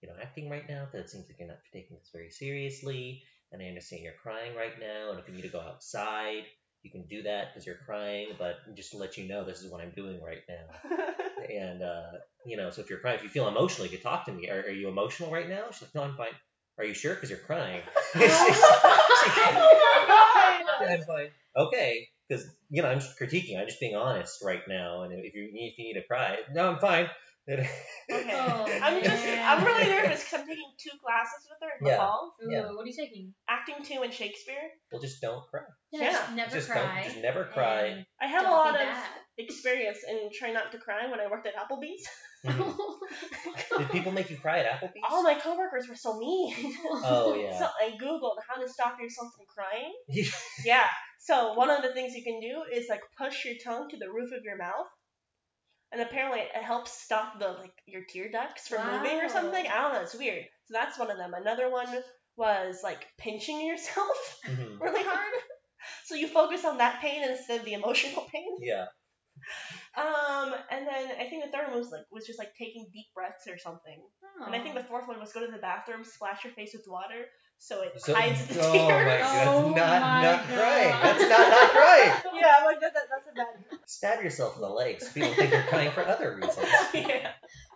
Speaker 3: you know, acting right now because it seems like you're not taking this very seriously. And I understand you're crying right now, and if you need to go outside, you can do that because you're crying. But just to let you know, this is what I'm doing right now. And uh, you know, so if you're crying, if you feel emotional, you can talk to me. Are, are you emotional right now? She's like, no, I'm fine. Are you sure? Because you're crying.
Speaker 2: oh my god.
Speaker 3: I'm fine. Okay, because you know I'm just critiquing. I'm just being honest right now. And if you if you need to cry, no, I'm fine.
Speaker 2: Okay.
Speaker 1: Oh,
Speaker 2: I'm just,
Speaker 1: man.
Speaker 2: I'm really nervous because I'm taking two classes with her in the
Speaker 3: Yeah.
Speaker 2: fall,
Speaker 1: Ooh,
Speaker 3: yeah.
Speaker 1: What are you taking?
Speaker 2: acting two and Shakespeare.
Speaker 3: well, just don't cry.
Speaker 1: Yeah,
Speaker 2: Yeah.
Speaker 1: just never
Speaker 3: just
Speaker 1: cry.
Speaker 3: don't. Just never cry.
Speaker 1: and
Speaker 2: I have
Speaker 1: don't
Speaker 2: a
Speaker 1: be
Speaker 2: lot of
Speaker 1: bad.
Speaker 2: experience in trying not to cry when I worked at Applebee's.
Speaker 3: Mhm. Did people make you cry at Applebee's?
Speaker 2: All
Speaker 1: Oh
Speaker 2: my coworkers were so mean.
Speaker 3: Oh yeah.
Speaker 2: So I googled how to stop yourself from crying.
Speaker 3: Yeah.
Speaker 2: yeah. So one of the things you can do is like push your tongue to the roof of your mouth, and apparently it helps stop the like your tear ducts from moving
Speaker 1: Wow.
Speaker 2: or something. I don't know. It's weird. So that's one of them. Another one was like pinching yourself
Speaker 3: Mhm.
Speaker 2: really
Speaker 1: Uh-huh.
Speaker 2: hard. So you focus on that pain instead of the emotional pain.
Speaker 3: Yeah.
Speaker 2: Um, and then I think the third one was like was just like taking deep breaths or something.
Speaker 1: Oh.
Speaker 2: And I think the fourth one was go to the bathroom, splash your face with water so it
Speaker 3: So,
Speaker 2: hides the
Speaker 3: oh
Speaker 2: tears.
Speaker 3: my
Speaker 1: Oh
Speaker 3: god, not
Speaker 1: my
Speaker 3: not crying.
Speaker 1: God.
Speaker 3: That's not not crying.
Speaker 2: Yeah, I'm like that, that, that's a bad.
Speaker 3: Stab yourself in the legs. People think you're crying for other reasons.
Speaker 2: yeah.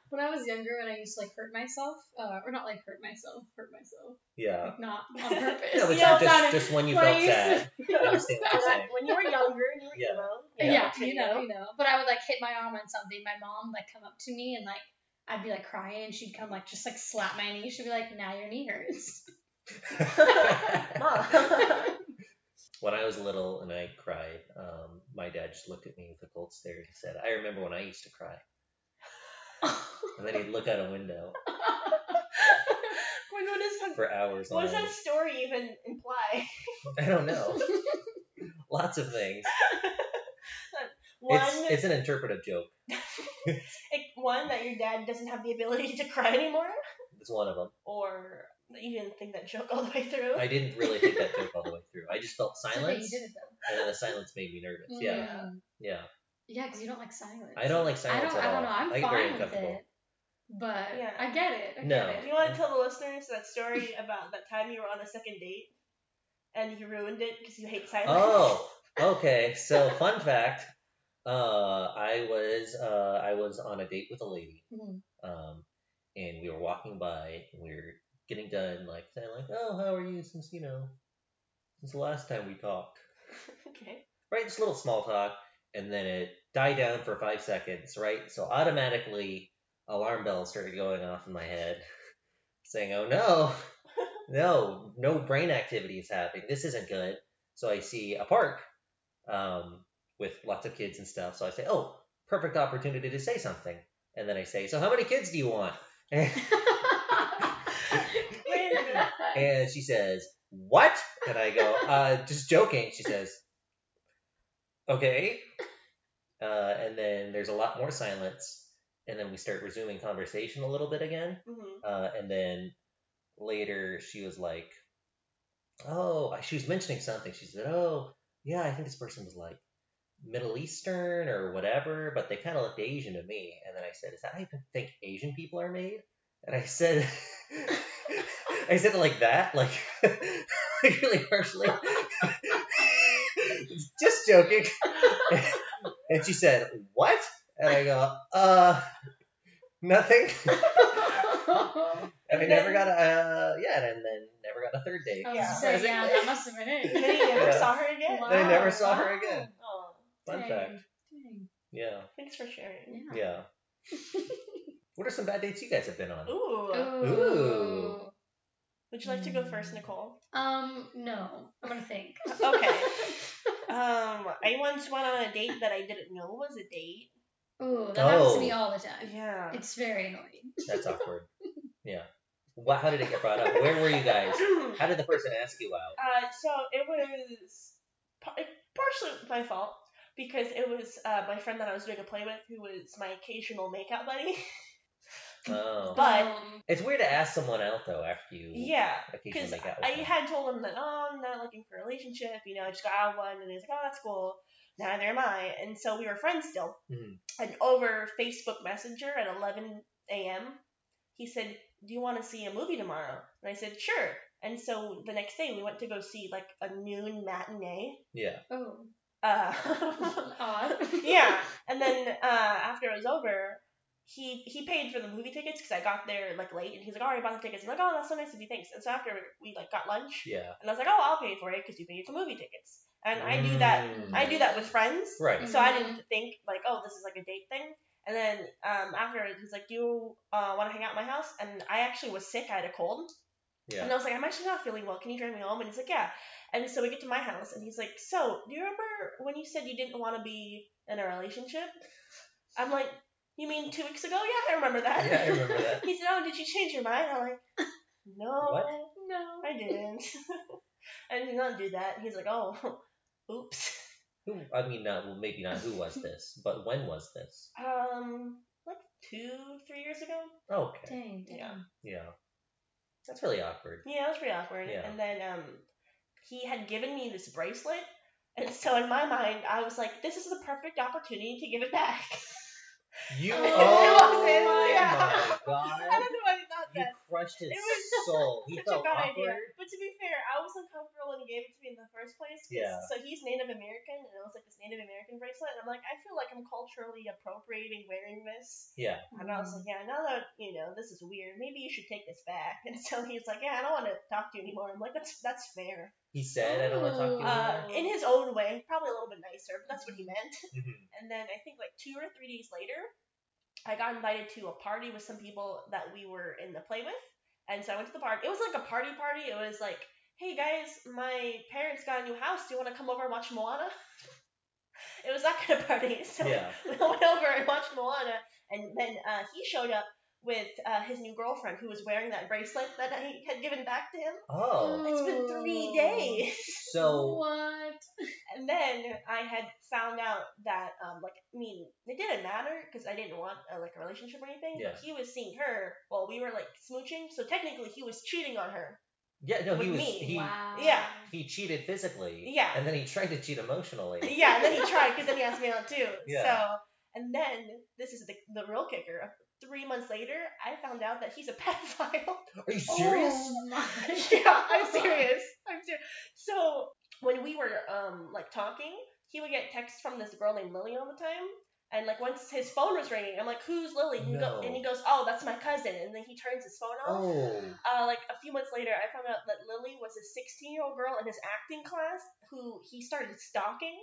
Speaker 1: when I was younger, when I used to like hurt myself, uh, or not like hurt myself, hurt myself,
Speaker 3: Yeah.
Speaker 1: like not on purpose.
Speaker 3: No, but
Speaker 1: Yeah,
Speaker 3: just,
Speaker 1: not-
Speaker 3: just, when you
Speaker 1: when I
Speaker 3: felt
Speaker 1: used to-
Speaker 3: sad. I understand what you're saying.
Speaker 2: When you were younger and you were
Speaker 3: Yeah.
Speaker 2: emo.
Speaker 3: Yeah.
Speaker 1: Yeah,
Speaker 2: Okay,
Speaker 1: you know, you know. But I would like hit my arm on something. My mom like come up to me and like I'd be like crying, and she'd come like just like slap my knee. She'd be like, "Now your knee hurts."
Speaker 2: Mom.
Speaker 3: When I was little and I cried, um, my dad just looked at me with a cold stare and said, I remember when I used to cry. And then he'd look out a window
Speaker 2: Gwen, what, is that,
Speaker 3: for hours
Speaker 2: what
Speaker 3: on
Speaker 2: does that
Speaker 3: end.
Speaker 2: story even imply?
Speaker 3: I don't know. Lots of things.
Speaker 2: One,
Speaker 3: It's, it's an interpretive joke.
Speaker 2: it- one that your dad doesn't have the ability to cry anymore,
Speaker 3: It's one of them.
Speaker 2: or that you didn't think that joke all the way through.
Speaker 3: I didn't really think that joke all the way through. I just felt
Speaker 1: It's okay,
Speaker 3: silence,
Speaker 1: you did it though.
Speaker 3: and then the silence made me nervous. Yeah,
Speaker 1: Mm.
Speaker 3: yeah.
Speaker 1: Yeah, because you don't like silence.
Speaker 3: I don't like
Speaker 1: I
Speaker 3: silence
Speaker 1: don't. I
Speaker 3: at all.
Speaker 1: don't know. I'm
Speaker 3: I get very
Speaker 1: fine with
Speaker 3: uncomfortable.
Speaker 1: it. But
Speaker 2: Yeah.
Speaker 1: I get it. I Get
Speaker 3: No.
Speaker 2: Do
Speaker 1: it.
Speaker 2: you want to tell the listeners that story about that time you were on a second date and you ruined it because you hate silence?
Speaker 3: Oh, okay. So fun fact, uh, I was uh, I was on a date with a lady,
Speaker 1: Mhm.
Speaker 3: um, and we were walking by, and we were getting done, like saying like, "Oh, how are you?" Since you know, since the last time we talked,
Speaker 2: Okay.
Speaker 3: right? Just a little small talk, and then it died down for five seconds, right? So automatically, alarm bells started going off in my head, saying, "Oh no, no, no brain activity is happening. This isn't good." So I see a park um, with lots of kids and stuff. So I say, "Oh, perfect opportunity to say something." And then I say, "So how many kids do you want?"
Speaker 2: Wait a minute.
Speaker 3: And she says, What? And I go, uh, Just joking. She says, Okay. Uh, and then there's a lot more silence. And then we start resuming conversation a little bit again.
Speaker 2: Mhm.
Speaker 3: Uh, and then later she was like, Oh, she was mentioning something. She said, Oh, yeah, I think this person was like Middle Eastern or whatever, but they kind of looked Asian to me. And then I said, Is that how you think Asian people are made? And I said, I said it like that, like, like really harshly. Just joking. and she said, What? And I go, Uh, nothing. And I
Speaker 1: Mm-hmm.
Speaker 2: And
Speaker 3: never
Speaker 2: then-
Speaker 3: got a uh, yeah, and then never got a third date.
Speaker 1: I was
Speaker 2: Yeah.
Speaker 1: Oh, yeah. Say, yeah, that must have been
Speaker 2: And
Speaker 1: it.
Speaker 2: then you never
Speaker 3: Yeah.
Speaker 2: saw her again.
Speaker 1: Wow.
Speaker 3: I never saw her again.
Speaker 2: Oh,
Speaker 3: Fun
Speaker 1: Dang.
Speaker 3: fact.
Speaker 1: Dang.
Speaker 3: Yeah,
Speaker 2: thanks for sharing.
Speaker 1: Yeah.
Speaker 3: yeah. what are some bad dates you guys have been on?
Speaker 2: Ooh.
Speaker 3: Ooh.
Speaker 2: Would you like to go first, Nicole?
Speaker 1: Um, no. I'm gonna think.
Speaker 2: Okay. Um, I once went on a date that I didn't know was a date.
Speaker 1: Ooh, that happens to me
Speaker 3: Oh.
Speaker 1: all the time.
Speaker 2: Yeah.
Speaker 1: It's very annoying.
Speaker 3: That's awkward. yeah. Wha how did it get brought up? Where were you guys?
Speaker 2: uh,
Speaker 3: How did the person ask you out?
Speaker 2: so it was par- partially my fault because it was uh, my friend that I was doing a play with who was my occasional makeout buddy.
Speaker 3: Oh,
Speaker 2: But-
Speaker 1: Um,
Speaker 3: it's weird to ask someone out though after you
Speaker 2: yeah.
Speaker 3: occasionally
Speaker 2: Because
Speaker 3: make out with
Speaker 2: I
Speaker 3: them.
Speaker 2: had told him that, oh, I'm not looking for a relationship. You know, I just got out of one. And he's like, oh, that's cool. Neither am I. And so we were friends still.
Speaker 3: Mhm.
Speaker 2: And over Facebook Messenger at 11 a.m., he said, do you want to see a movie tomorrow? And I said, sure. And so the next day we went to go see like a noon matinee.
Speaker 3: Yeah.
Speaker 1: oh.
Speaker 2: Uh,
Speaker 1: Odd.
Speaker 2: yeah. And then uh, after it was over, he he paid for the movie tickets because I got there like late, and he's like, "Oh, I bought the tickets." I'm like, "Oh, that's so nice of you, thanks." And so after we like got lunch,
Speaker 3: Yeah.
Speaker 2: and I was like, "Oh, I'll pay for it because you paid for movie tickets." And I do that.
Speaker 3: Mm.
Speaker 2: I do that with friends,
Speaker 3: Right.
Speaker 2: so I didn't
Speaker 3: Mm-hmm.
Speaker 2: think like, "Oh, this is like a date thing." And then um, after he's like, "You uh, want to hang out at my house?" And I actually was sick. I had a cold.
Speaker 3: Yeah.
Speaker 2: And I was like, I'm actually not feeling well. Can you drive me home? And he's like, Yeah. And so we get to my house, and he's like, So, do you remember when you said you didn't want to be in a relationship? I'm like, You mean two weeks ago? Yeah, I remember that.
Speaker 3: Yeah, I remember that.
Speaker 2: he said, Oh, did you change your mind? I'm like, No,
Speaker 3: What?
Speaker 1: No.
Speaker 2: I didn't. I did not do that. He's like, Oh, oops.
Speaker 3: Who? I mean, not well, maybe not. Who was this? But when was this?
Speaker 2: Um, like two, three years ago?
Speaker 3: Okay.
Speaker 1: Dang. dang.
Speaker 2: Yeah.
Speaker 3: Yeah. That's really awkward.
Speaker 2: Yeah, it was pretty awkward.
Speaker 3: Yeah.
Speaker 2: And then um, he had given me this bracelet, and so in my mind, I was like, "This is the perfect opportunity to give it back."
Speaker 3: You.
Speaker 1: Oh,
Speaker 2: it
Speaker 3: Oh
Speaker 2: was him, yeah.
Speaker 3: my god.
Speaker 2: I don't know why I thought
Speaker 3: You
Speaker 2: that.
Speaker 3: crushed his
Speaker 2: It was
Speaker 3: soul. He
Speaker 2: Such a
Speaker 3: felt
Speaker 2: bad
Speaker 3: awkward.
Speaker 2: idea. But to be fair, I was uncomfortable when he gave it to me in the first place. 'cause-
Speaker 3: Yeah.
Speaker 2: So he's Native American, and it was like this Native American bracelet, and I'm like, I feel like I'm culturally appropriating wearing this.
Speaker 3: Yeah.
Speaker 2: And I was
Speaker 1: Mm-hmm.
Speaker 2: like, yeah, now that you know this is weird, maybe you should take this back. And so he's like, yeah, I don't want to talk to you anymore. I'm like, that's that's fair.
Speaker 3: He said, "I don't want to talk to you
Speaker 2: Uh,
Speaker 3: anymore."
Speaker 2: in his own way, probably a little bit nicer, but that's what he meant.
Speaker 3: Mhm.
Speaker 2: And then I think like two or three days later, I got invited to a party with some people that we were in the play with. And so I went to the party. It was like a party party. It was like, hey guys, my parents got a new house. Do you want to come over and watch Moana? it was that kind of party. So
Speaker 3: Yeah.
Speaker 2: we all went over and watched Moana. And then uh, he showed up with uh, his new girlfriend who was wearing that bracelet that I had given back to him.
Speaker 3: Oh.
Speaker 2: It's been three
Speaker 1: Ooh.
Speaker 2: days.
Speaker 3: So
Speaker 1: What?
Speaker 2: And then I had found out that, um, like, I mean, it didn't matter because I didn't want a, like a relationship or anything.
Speaker 3: Yeah.
Speaker 2: But he was seeing her while we were like smooching, so technically he was cheating on her.
Speaker 3: yeah, no, he
Speaker 2: With
Speaker 3: was
Speaker 2: me.
Speaker 3: he
Speaker 1: wow.
Speaker 2: yeah.
Speaker 3: he cheated physically.
Speaker 2: Yeah.
Speaker 3: And then he tried to cheat emotionally.
Speaker 2: yeah, and then he tried because then he asked me out too.
Speaker 3: Yeah.
Speaker 2: So, and then this is the the real kicker. Three months later, I found out that he's a pedophile.
Speaker 3: Are you serious?
Speaker 1: Oh my.
Speaker 2: yeah, I'm serious. I'm serious. So when we were um like talking, he would get texts from this girl named Lily all the time. And like once his phone was ringing, I'm like, "Who's Lily?" And, he go-
Speaker 3: No.
Speaker 2: and he goes, "Oh, that's my cousin." And then he turns his phone off.
Speaker 3: Oh.
Speaker 2: Uh, like a few months later, I found out that Lily was a 16 year old girl in his acting class who he started stalking.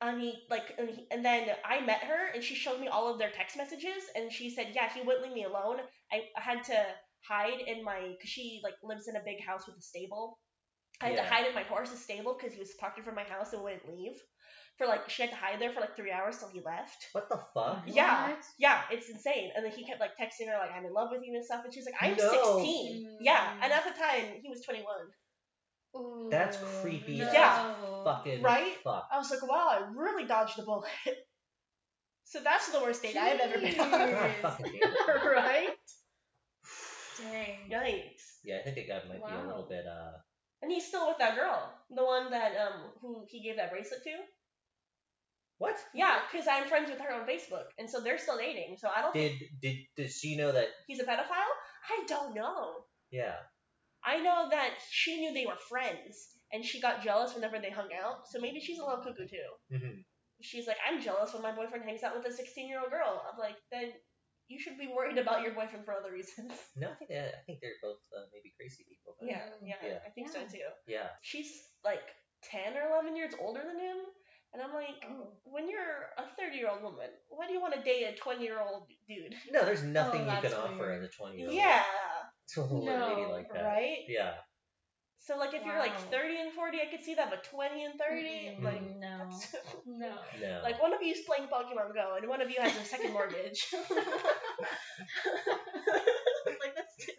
Speaker 2: and he like and, he, and then I met her and she showed me all of their text messages and she said yeah he wouldn't leave me alone I, I had to hide in my cause she like lives in a big house with a stable I had
Speaker 3: Yeah.
Speaker 2: to hide in my horse's stable because he was parked in front of my house and wouldn't leave for like she had to hide there for like three hours till he left
Speaker 3: What the fuck?
Speaker 2: yeah
Speaker 1: What?
Speaker 2: yeah it's insane and then he kept like texting her like I'm in love with you and stuff and she's like I'm
Speaker 3: No.
Speaker 2: 16 yeah
Speaker 1: Mm.
Speaker 2: and at the time he was 21
Speaker 1: Ooh,
Speaker 3: That's creepy
Speaker 2: as
Speaker 1: no.
Speaker 3: Fucking
Speaker 2: Right?
Speaker 3: fuck.
Speaker 2: I was like wow I really dodged the bullet so that's the worst date I've ever been on.
Speaker 3: God,
Speaker 1: Jeez.
Speaker 3: fucking damn it.
Speaker 2: right?
Speaker 1: Dang.
Speaker 2: Yikes.
Speaker 3: Yeah, I think it got might be a
Speaker 1: Wow.
Speaker 3: little bit uh
Speaker 2: And he's still with that girl, the one that um who he gave that bracelet to.
Speaker 3: what?
Speaker 2: Yeah, because I'm friends with her on Facebook, and so they're still dating. So I don't think
Speaker 3: Did did did she know that
Speaker 2: he's a pedophile. I don't know.
Speaker 3: yeah.
Speaker 2: I know that she knew they were friends, and she got jealous whenever they hung out. So maybe she's a little cuckoo too.
Speaker 3: hmm
Speaker 2: She's like, I'm jealous when my boyfriend hangs out with a 16 year old girl. I'm like, then you should be worried about your boyfriend for other reasons.
Speaker 3: No, I think that, I think they're both uh, maybe crazy people. but-
Speaker 2: yeah, yeah,
Speaker 3: Oh, Yeah.
Speaker 2: I think
Speaker 1: Yeah.
Speaker 2: so too.
Speaker 3: Yeah.
Speaker 2: She's like 10 or 11 years older than him, and I'm like.
Speaker 1: Oh.
Speaker 2: when you're a 30 year old woman, why do you want to date a 20 year old dude?
Speaker 3: No, there's nothing you
Speaker 1: Oh, that's
Speaker 3: can offer
Speaker 1: weird.
Speaker 3: as a twenty year old
Speaker 2: Yeah,
Speaker 3: to a lady
Speaker 1: No,
Speaker 3: like that.
Speaker 2: right?
Speaker 3: Yeah.
Speaker 2: So, like, if you're like
Speaker 1: Wow.
Speaker 2: 30 and 40, I could see that, but 20 and
Speaker 1: Mm,
Speaker 2: 30, like,
Speaker 1: no, no.
Speaker 3: No.
Speaker 2: like one of you's playing Pokemon Go and one of you has a second mortgage. like, that's too,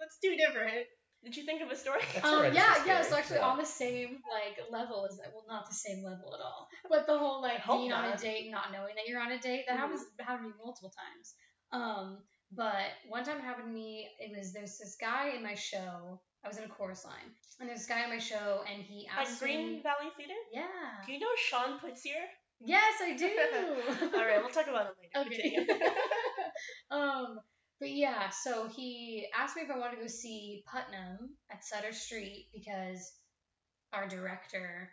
Speaker 2: that's too different. Did you think of a story?
Speaker 3: That's
Speaker 1: Um,
Speaker 3: alright,
Speaker 1: yeah,
Speaker 3: that's
Speaker 1: yeah,
Speaker 3: scary.
Speaker 1: so actually
Speaker 3: Yeah.
Speaker 1: on the same like level as well, not the same level at all, but the whole like
Speaker 2: hope
Speaker 1: being on a
Speaker 2: not.
Speaker 1: date, not knowing that you're on a date, that
Speaker 2: Mhm.
Speaker 1: happens happened to me multiple times. Um, but one time it happened to me, it was there's this guy in my show. I was in a chorus line, and there's this guy in my show, and he
Speaker 2: At
Speaker 1: asked
Speaker 2: Green
Speaker 1: me,
Speaker 2: Valley Theater?
Speaker 1: yeah,
Speaker 2: Do you know Sean Putzier?
Speaker 1: yes, I do.
Speaker 2: All right, we'll talk about him later.
Speaker 1: Okay.
Speaker 2: Continue.
Speaker 1: um, but yeah, so he asked me if I wanted to go see Putnam at Sutter Street because our director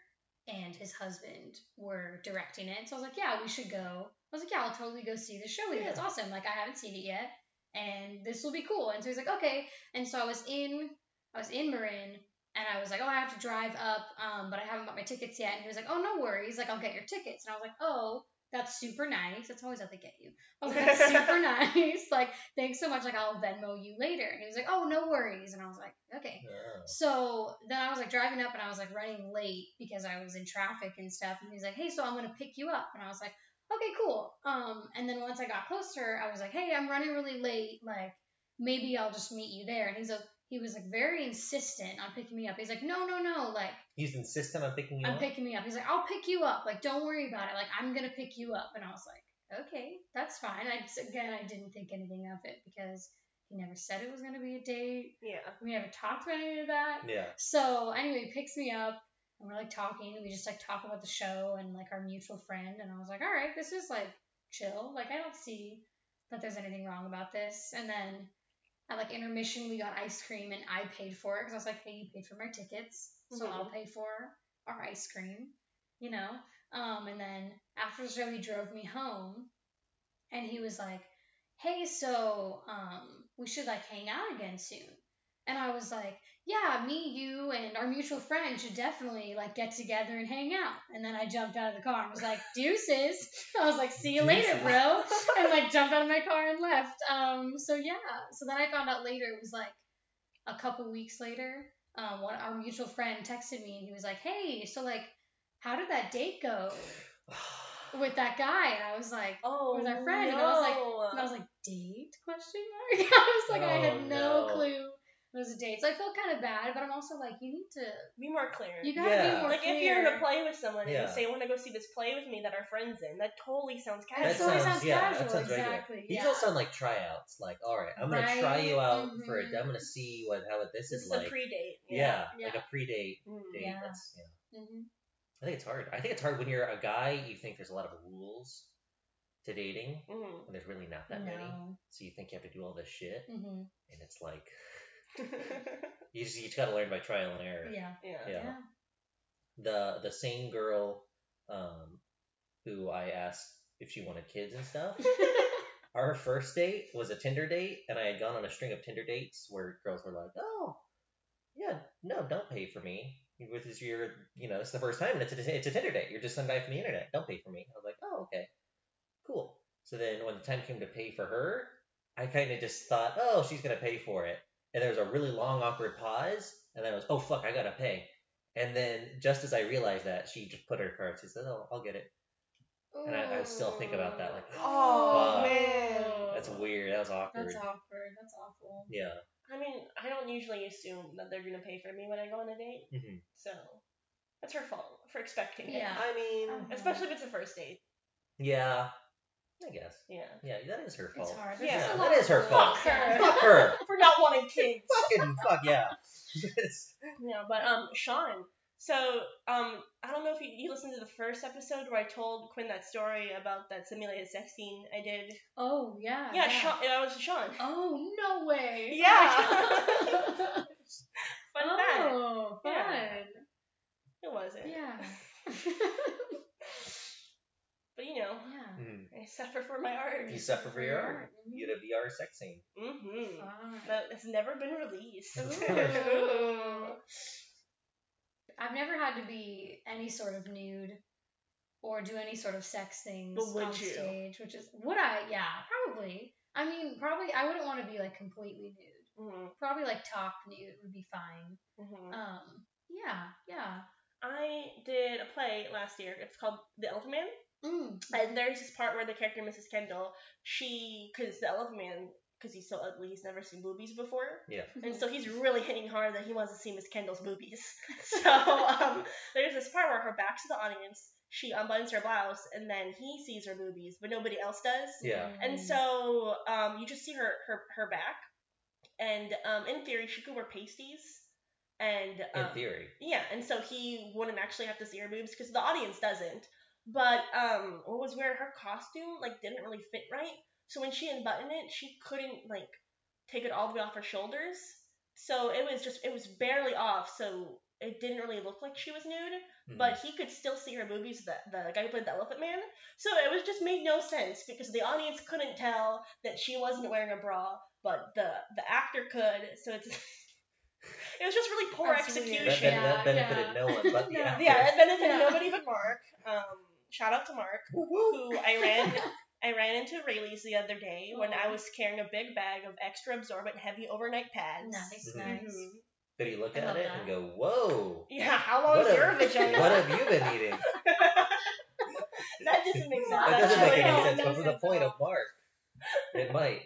Speaker 1: and his husband were directing it. So I was like, yeah, we should go. I was like, yeah, I'll totally go see the show with you. That's awesome. Like, I haven't seen it yet, and this will be cool. And so he's like, okay. And so I was in, I was in Marin, and I was like, oh, I have to drive up, um, but I haven't bought my tickets yet. And he was like, oh, no worries. Like, I'll get your tickets. And I was like, oh, that's super nice. That's always how they get you. I was like, that's super nice. Like, thanks so much. Like, I'll Venmo you later. And he was like, oh, no worries. And I was like, okay.
Speaker 3: Oh.
Speaker 1: So then I was like driving up and I was like running late because I was in traffic and stuff. And he's like, hey, so I'm going to pick you up. And I was like, okay, cool. Um, and then once I got closer, I was like, hey, I'm running really late. Like, maybe I'll just meet you there. And he's like, he was like very insistent on picking me up. He's like, no, no, no. Like,
Speaker 3: He's insistent on picking you
Speaker 1: I'm
Speaker 3: up.
Speaker 1: picking me up. He's like, I'll pick you up. Like, don't worry about it. Like, I'm gonna pick you up. And I was like, okay, that's fine. I just, again, I didn't think anything of it because he never said it was gonna be a date.
Speaker 2: Yeah.
Speaker 1: We never talked about any of that.
Speaker 3: yeah.
Speaker 1: So anyway, he picks me up and we're like talking. We just like talk about the show and like our mutual friend. And I was like, all right, this is like chill. Like, I don't see that there's anything wrong about this. And then at like intermission, we got ice cream and I paid for it because I was like, hey, you paid for my tickets, so
Speaker 2: Mhm.
Speaker 1: I'll pay for our ice cream, you know? Um, and then after the show, he drove me home and he was like, hey, so um, we should like hang out again soon. And I was like, yeah, me, you, and our mutual friend should definitely like get together and hang out. And then I jumped out of the car and was like, deuces. I was like, see you later,
Speaker 3: Deuces.
Speaker 1: bro. And like jumped out of my car and left. Um, so yeah. So then I found out later it was like a couple weeks later. Um, one our mutual friend texted me and he was like, hey, so like, how did that date go with that guy? And I was like,
Speaker 2: Oh,
Speaker 1: With our friend, and
Speaker 2: no.
Speaker 1: I was like- and I was like, date question mark? I was like, I
Speaker 3: Oh,
Speaker 1: had no,
Speaker 3: no.
Speaker 1: clue it was a date. So I felt kind of bad, but I'm also like, you need to,
Speaker 2: be more clear.
Speaker 1: you gotta
Speaker 3: Yeah.
Speaker 1: be more
Speaker 2: Like
Speaker 1: clear.
Speaker 2: if you're in a play with someone and
Speaker 3: Yeah.
Speaker 2: you say, "I want to go see this play with me that our friends in," that totally sounds casual.
Speaker 3: That
Speaker 1: That's always
Speaker 3: sounds-
Speaker 1: sounds
Speaker 3: yeah, that
Speaker 1: casual,
Speaker 3: sounds regular.
Speaker 1: exactly.
Speaker 3: These
Speaker 1: yeah.
Speaker 3: all sound like tryouts. Like, all right, I'm gonna
Speaker 1: Right?
Speaker 3: try you out for a.
Speaker 1: Mhm.
Speaker 3: I'm gonna see what how what this,
Speaker 2: this is
Speaker 3: like.
Speaker 2: a pre-date.
Speaker 3: yeah, like
Speaker 1: Yeah.
Speaker 3: a pre-date
Speaker 2: Mm.
Speaker 3: date.
Speaker 1: Yeah.
Speaker 3: That's, yeah.
Speaker 1: Mhm.
Speaker 3: I think it's hard. I think it's hard when you're a guy. You think there's a lot of rules to dating,
Speaker 2: Mhm.
Speaker 3: and there's really not that many.
Speaker 1: No.
Speaker 3: So you think you have to do all this shit,
Speaker 1: Mhm.
Speaker 3: and it's like you just you just gotta learn by trial and error.
Speaker 1: Mm-hmm. Yeah.
Speaker 2: yeah.
Speaker 3: Yeah.
Speaker 1: Yeah.
Speaker 3: The the same girl, um, who I asked if she wanted kids and stuff. our first date was a Tinder date, and I had gone on a string of Tinder dates where girls were like, "Oh, yeah, no, don't pay for me," with this your you know it's the first time and it's a it's a Tinder date. You're just some guy from the internet. Don't pay for me. I was like, oh okay, cool. So then when the time came to pay for her, I kind of just thought, oh she's gonna pay for it. And there was a really long awkward pause, and then I was oh fuck I gotta pay. And then just as I realized that, she just put her card. She said, oh I'll get it. And I- I still think about that, like,
Speaker 2: Oh,
Speaker 3: Fuck.
Speaker 2: man.
Speaker 3: That's weird. That was awkward.
Speaker 1: That's awkward. That's awful.
Speaker 3: Yeah.
Speaker 2: I mean, I don't usually assume that they're gonna pay for me when I go on a date,
Speaker 3: hmm
Speaker 2: so that's her fault for expecting
Speaker 1: Yeah.
Speaker 3: I mean,
Speaker 1: Um,
Speaker 2: it. Especially if it's a first date.
Speaker 3: yeah. I guess.
Speaker 2: Yeah.
Speaker 3: Yeah, that is her fault.
Speaker 1: It's hard.
Speaker 2: Yeah,
Speaker 1: There's a
Speaker 3: that
Speaker 1: lot
Speaker 3: is
Speaker 1: of
Speaker 3: her
Speaker 1: rules.
Speaker 3: fault.
Speaker 1: Yeah.
Speaker 3: Fuck her.
Speaker 2: For not wanting kids.
Speaker 3: Fucking fuck yeah. It's-
Speaker 2: Yeah, but um, Sean. So um, I don't know if you, you listened to the first episode where I told Quinn that story about that simulated sex scene I did.
Speaker 1: Oh yeah.
Speaker 2: yeah, Sean. That was Sean.
Speaker 1: Oh no way.
Speaker 2: Yeah.
Speaker 1: Oh,
Speaker 2: Fun
Speaker 1: fun.
Speaker 2: fact. Yeah. It wasn't.
Speaker 1: Yeah.
Speaker 2: But you know,
Speaker 1: yeah.
Speaker 3: Mm.
Speaker 2: I suffer for my art.
Speaker 3: You suffer for your art.
Speaker 1: Mm-hmm.
Speaker 3: You had a VR sex scene. Hmm.
Speaker 2: Mm-hmm.
Speaker 1: Fun.
Speaker 2: But it's never been released.
Speaker 1: Ooh. I've never had to be any sort of nude or do any sort of sex things
Speaker 2: But would
Speaker 1: on
Speaker 2: you?
Speaker 1: stage, which is would I? Yeah, probably. I mean, probably I wouldn't want to be like completely nude.
Speaker 2: Mhm,
Speaker 1: Probably like top nude would be fine.
Speaker 2: mhm.
Speaker 1: Um, yeah, yeah.
Speaker 2: I did a play last year. It's called The Elephant Man.
Speaker 1: Mm.
Speaker 2: And there's this part where the character Mrs. Kendall, she, because the Elephant Man, because he's so ugly, he's never seen boobies before.
Speaker 3: Yeah.
Speaker 1: Mm-hmm.
Speaker 2: And so he's really hitting hard that he wants to see Miss Kendall's boobies. So um, there's this part where her back's to the audience. She unbuttons her blouse, and then he sees her boobies, but nobody else does.
Speaker 3: Yeah.
Speaker 2: And so um, you just see her her, her back. And um, in theory, she could wear pasties. And
Speaker 3: In
Speaker 2: um,
Speaker 3: theory.
Speaker 2: yeah, and so he wouldn't actually have to see her boobs because the audience doesn't. But um, what was weird, her costume like didn't really fit right. So when she unbuttoned it, she couldn't like take it all the way off her shoulders. So it was just it was barely off. So it didn't really look like she was nude.
Speaker 3: Mhm.
Speaker 2: But he could still see her boobies. The the guy who played the Elephant Man. So it was just made no sense because the audience couldn't tell that she wasn't wearing a bra, but the the actor could. So it's it was just really poor
Speaker 1: That's weird.
Speaker 2: execution.
Speaker 3: that, ben-
Speaker 1: Yeah,
Speaker 3: that
Speaker 1: yeah.
Speaker 3: benefited no one but the
Speaker 1: No.
Speaker 3: actor.
Speaker 2: Yeah, it benefited
Speaker 1: Yeah.
Speaker 2: nobody but Mark. Um, shout out to Mark,
Speaker 3: Woo woo.
Speaker 2: who I ran I ran into Rayleigh's the other day when I
Speaker 1: Oh.
Speaker 2: was carrying a big bag of extra absorbent heavy overnight pads.
Speaker 1: nice,
Speaker 3: Mhm.
Speaker 1: nice.
Speaker 2: Mhm.
Speaker 3: Did he look
Speaker 1: I
Speaker 3: at
Speaker 1: love
Speaker 3: it
Speaker 1: that. Oh,
Speaker 3: and go, whoa?
Speaker 2: Yeah, how long is
Speaker 3: have-
Speaker 2: your vagina?
Speaker 3: What have you been eating?
Speaker 2: that doesn't make sense.
Speaker 1: That
Speaker 3: That doesn't make
Speaker 2: actually.
Speaker 3: any
Speaker 1: No,
Speaker 3: sense.
Speaker 1: that
Speaker 3: But for the
Speaker 1: doesn't
Speaker 3: point
Speaker 1: at
Speaker 3: of Mark, it might.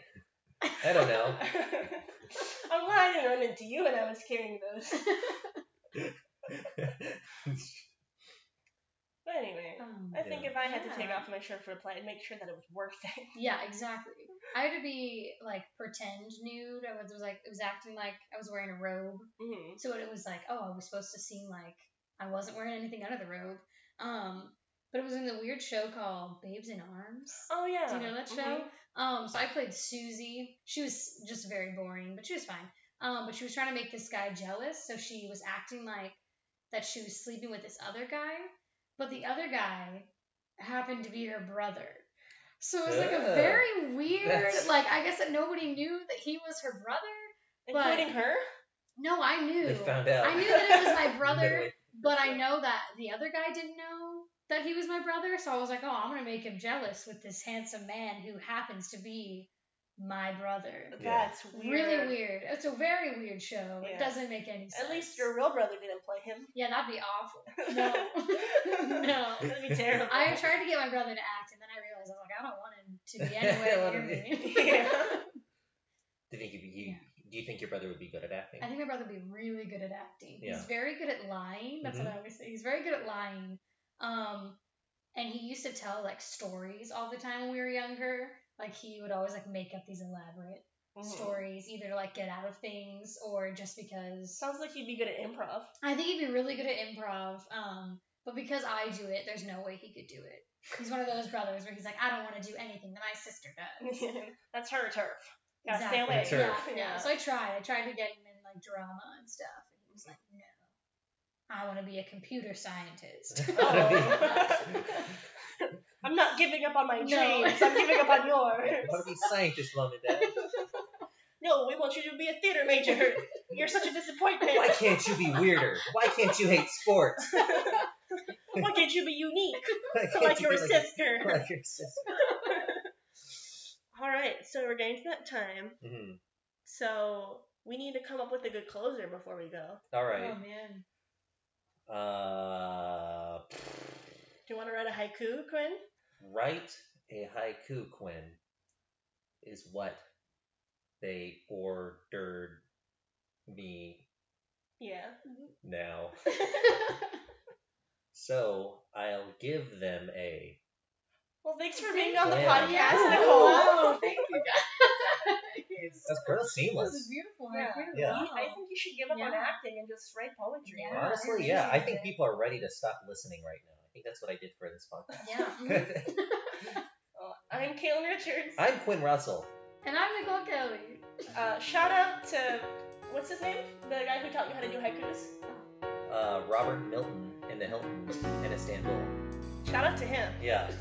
Speaker 3: I don't know.
Speaker 2: I'm glad I didn't run into you when I was carrying those. But anyway,
Speaker 1: Um,
Speaker 2: I think
Speaker 3: Yeah.
Speaker 2: if I had to take
Speaker 1: Yeah.
Speaker 2: off my shirt for the play, I'd make sure that it was worth it.
Speaker 1: yeah, exactly. I had to be like pretend nude. I was, was like, it was acting like I was wearing a robe.
Speaker 3: Mm-hmm.
Speaker 2: Mhm.
Speaker 1: So it was like, oh, I was supposed to seem like I wasn't wearing anything under the robe. Um, but it was in the weird show called Babes in Arms.
Speaker 2: Oh yeah.
Speaker 3: Ah,
Speaker 1: Do you know that show?
Speaker 2: Mhm.
Speaker 3: mm-hmm.
Speaker 1: Um, so I played Susie. She was just very boring, but she was fine. Um, but she was trying to make this guy jealous, so she was acting like that she was sleeping with this other guy, but the other guy happened to be her brother. So it was like a
Speaker 3: Ugh.
Speaker 1: very weird,
Speaker 3: That's-
Speaker 1: like I guess that nobody knew that he was her brother. But-
Speaker 2: Including her.
Speaker 1: No, I knew.
Speaker 3: They found out.
Speaker 1: I knew that it was my brother,
Speaker 3: Midway-
Speaker 1: but I know that the other guy didn't know that he was my brother, so I was like, oh, I'm gonna make him jealous with this handsome man who happens to be my brother.
Speaker 3: Yeah.
Speaker 2: That's
Speaker 1: Really weird. It's a very weird show.
Speaker 2: Yeah.
Speaker 1: It doesn't make any sense.
Speaker 2: At least your real brother didn't play him.
Speaker 1: Yeah, that'd be awful. No. no.
Speaker 2: That'd be terrible.
Speaker 1: I tried to get my brother to act, and then I realized I was like, I don't want him to be
Speaker 3: I wanna
Speaker 1: anywhere near
Speaker 3: be-
Speaker 1: me.
Speaker 2: Yeah.
Speaker 3: Do you think you'd be- you, do you think your brother would be good at acting?
Speaker 1: I think my brother would be really good at acting.
Speaker 3: Yeah. Mm-hmm.
Speaker 1: He's very good at lying. That's what I always say. He's very good at lying. Um, and he used to tell like stories all the time when we were younger. Like he would always like make up these elaborate
Speaker 3: Mm-hmm.
Speaker 2: Mhm.
Speaker 1: stories, either to, like get out of things or just because.
Speaker 2: Sounds like he'd be good at improv.
Speaker 1: I think he'd be really good at improv. Um, but because I do it, there's no way he could do it. He's one of those brothers where he's like, I don't want to do anything that my sister does.
Speaker 2: That's her turf. Yeah, stay away.
Speaker 3: That's her.
Speaker 1: Yeah,
Speaker 2: Yeah.
Speaker 1: yeah. So I tried. I tried to get him in like drama and stuff, and he was like, "No, I want to be a computer scientist."
Speaker 2: Oh. I'm not giving up on my
Speaker 1: No.
Speaker 2: dreams. I'm giving up on yours.
Speaker 3: I want to be scientist, mom and dad.
Speaker 2: No, we want you to be a theater major. You're such a disappointment.
Speaker 3: Why can't you be weirder? Why can't you hate sports?
Speaker 2: Why can't you be unique
Speaker 3: Why can't
Speaker 2: like
Speaker 3: you
Speaker 2: your
Speaker 3: be like-
Speaker 2: sister?
Speaker 3: like your sister?
Speaker 2: All right, so we're getting to that time.
Speaker 3: Mhm.
Speaker 2: So we need to come up with a good closer before we go.
Speaker 3: All
Speaker 1: Oh
Speaker 3: right.
Speaker 1: man.
Speaker 3: Uh,
Speaker 2: Do you want to write a haiku, Quinn?
Speaker 3: write a haiku, Quinn, is what they ordered me
Speaker 2: Yeah.
Speaker 3: now. So I'll give them a.
Speaker 2: Well, thanks for being on the
Speaker 3: Yeah.
Speaker 2: podcast,
Speaker 3: Yeah.
Speaker 2: Nicole.
Speaker 1: Wow, Oh, thank you guys.
Speaker 3: That's real
Speaker 1: This
Speaker 3: seamless.
Speaker 1: is beautiful.
Speaker 2: Yeah.
Speaker 1: I really
Speaker 3: Yeah.
Speaker 1: love
Speaker 2: I
Speaker 1: it.
Speaker 2: think you should give up on
Speaker 1: Yeah.
Speaker 2: acting and just write poetry.
Speaker 1: Yeah.
Speaker 3: Honestly,
Speaker 1: I
Speaker 3: yeah, I
Speaker 1: appreciate
Speaker 3: think
Speaker 1: it.
Speaker 3: people are ready to stop listening right now. I think that's what I did for this
Speaker 1: Yeah.
Speaker 3: podcast.
Speaker 2: Uh, I'm Kaylin Richards.
Speaker 3: I'm Quinn Russell.
Speaker 1: and I'm Nicole Kelly.
Speaker 2: Uh, shout out to what's his name? The guy who taught me how to do haikus.
Speaker 3: Uh, Robert Milton and the Hilton and Istanbul.
Speaker 2: Shout out to him.
Speaker 3: Yeah.